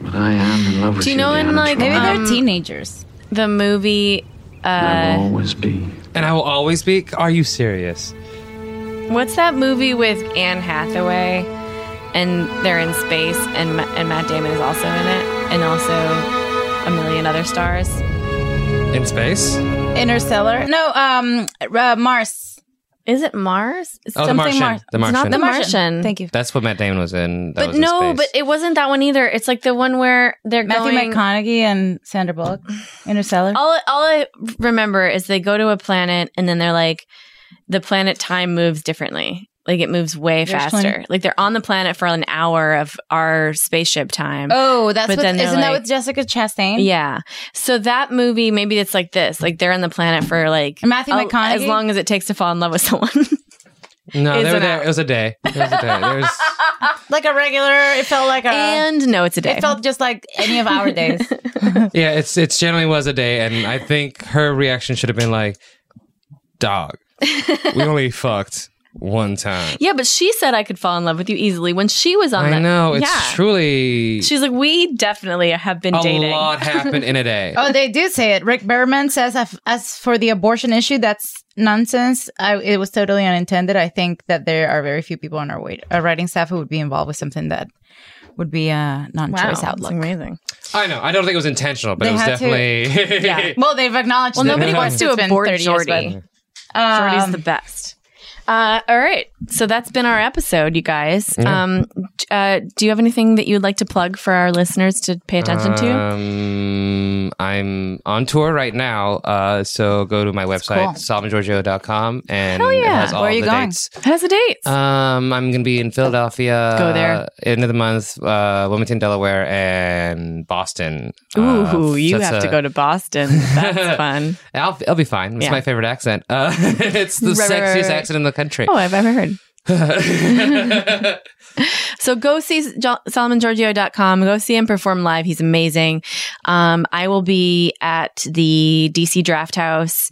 H: But I am in love with
A: Do you
H: you. Um,
A: know in
H: Deanna
A: like um,
H: Troy.
C: teenagers?
A: The movie.
H: I will
A: Uh,
H: always be.
B: And I will always be. Are you serious?
A: what's that movie with Anne Hathaway? And they're in space, and Ma- and Matt Damon is also in it. and also a million other stars.
B: In space? Oh,
C: Interstellar? No, um, uh, Mars.
A: Is it Mars? It's
B: Oh, the Martian. The Martian.
A: It's not the Martian. Thank you.
B: That's what Matt Damon was in. That
A: But
B: was in
A: no,
B: space.
A: but it wasn't that one either. It's like the one where they're
C: Matthew
A: going.
C: McConaughey and Sandra Bullock. Interstellar.
A: all all I remember is they go to a planet and then they're like, the planet time moves differently. Like it moves way
C: There's
A: faster.
C: 20
A: Like they're on the planet for an hour of our spaceship time.
C: Oh, that's
A: But
C: what,
A: then
C: isn't
A: they're
C: that
A: like-
C: with Jessica Chastain?
A: Yeah. So that movie, maybe it's like this. Like they're on the planet for like
C: Matthew
A: a-
C: McConaughey?
A: as long as it takes to fall in love with someone.
B: No,
A: is
B: they
A: an
B: were there. It was a day. It was a day. There was-
C: like a regular. It felt like a.
A: And no, it's a day.
C: It felt just like any of our days.
B: yeah, it's it's generally was a day, and I think her reaction should have been like, "Dog, we only fucked one time."
A: yeah, but she said I could fall in love with you easily when she was on.
B: I
A: that.
B: know it's
A: yeah.
B: truly
A: She's like, we definitely have been
B: a
A: dating.
B: lot happened in a day.
C: Oh, they do say it. Rick Berman says, "Af- as for the abortion issue, that's nonsense. I, it was totally unintended. I think that there are very few people on our, wait, our writing staff who would be involved with something that would be a non-choice
A: Wow,
C: outlook.
A: amazing.
B: I know. I don't think it was intentional, but
C: They
B: it was
C: had to-
B: definitely.
C: Well, they've acknowledged.
A: Well,
C: that
A: nobody
C: it
A: wants
C: was.
A: to
C: It's been
A: abort
C: 30 years,
A: Jordy.
C: but- Um,
A: Jordy's the best. Uh, all right. So that's been our episode, you guys.
B: Yeah.
A: Um, d- uh, do you have anything that you'd like to plug for our listeners to pay attention
B: Uh,
A: to?
B: Um, I'm on tour right now, uh, so go to my website, salvagorgio.com, and
A: Hell
B: it
A: yeah.
B: has all the dates.
A: How's the dates?
B: Um, I'm going to be in Philadelphia.
A: Go there.
B: End of the month, uh, Wilmington, Delaware, and Boston. Uh,
A: Ooh, you
B: that's
A: have to
B: a-
A: go to Boston. That's fun.
B: I'll, I'll be fine. It's
A: Yeah.
B: my favorite accent. Uh, it's the
A: Right, right,
B: sexiest
A: right, right.
B: accent in the country.
A: Oh, I've ever heard. so go see Jo- SolomonGiorgio.com. Go see him perform live. He's amazing. Um, I will be at the DC Draft House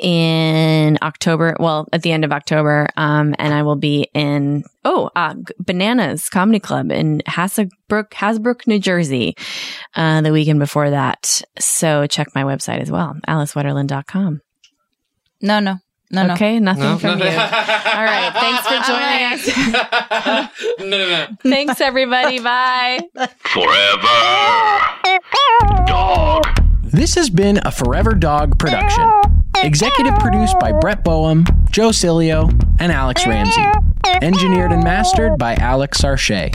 A: in October. Well, at the end of October. Um, and I will be in, oh, uh, G- Bananas Comedy Club in Hasbrook, Hasbrook, New Jersey, uh, the weekend before that. So check my website as well, alicewaterland.com.
C: No, no, no, no.
A: Okay, nothing
B: No?
A: from you. All right. Thanks for joining us.
B: no, no, no.
A: Thanks, everybody. Bye.
R: Forever. Dog.
S: This has been a Forever Dog production. Executive produced by Brett Boehm, Joe Cilio, and Alex Ramsey. Engineered and mastered by Alex Sarche.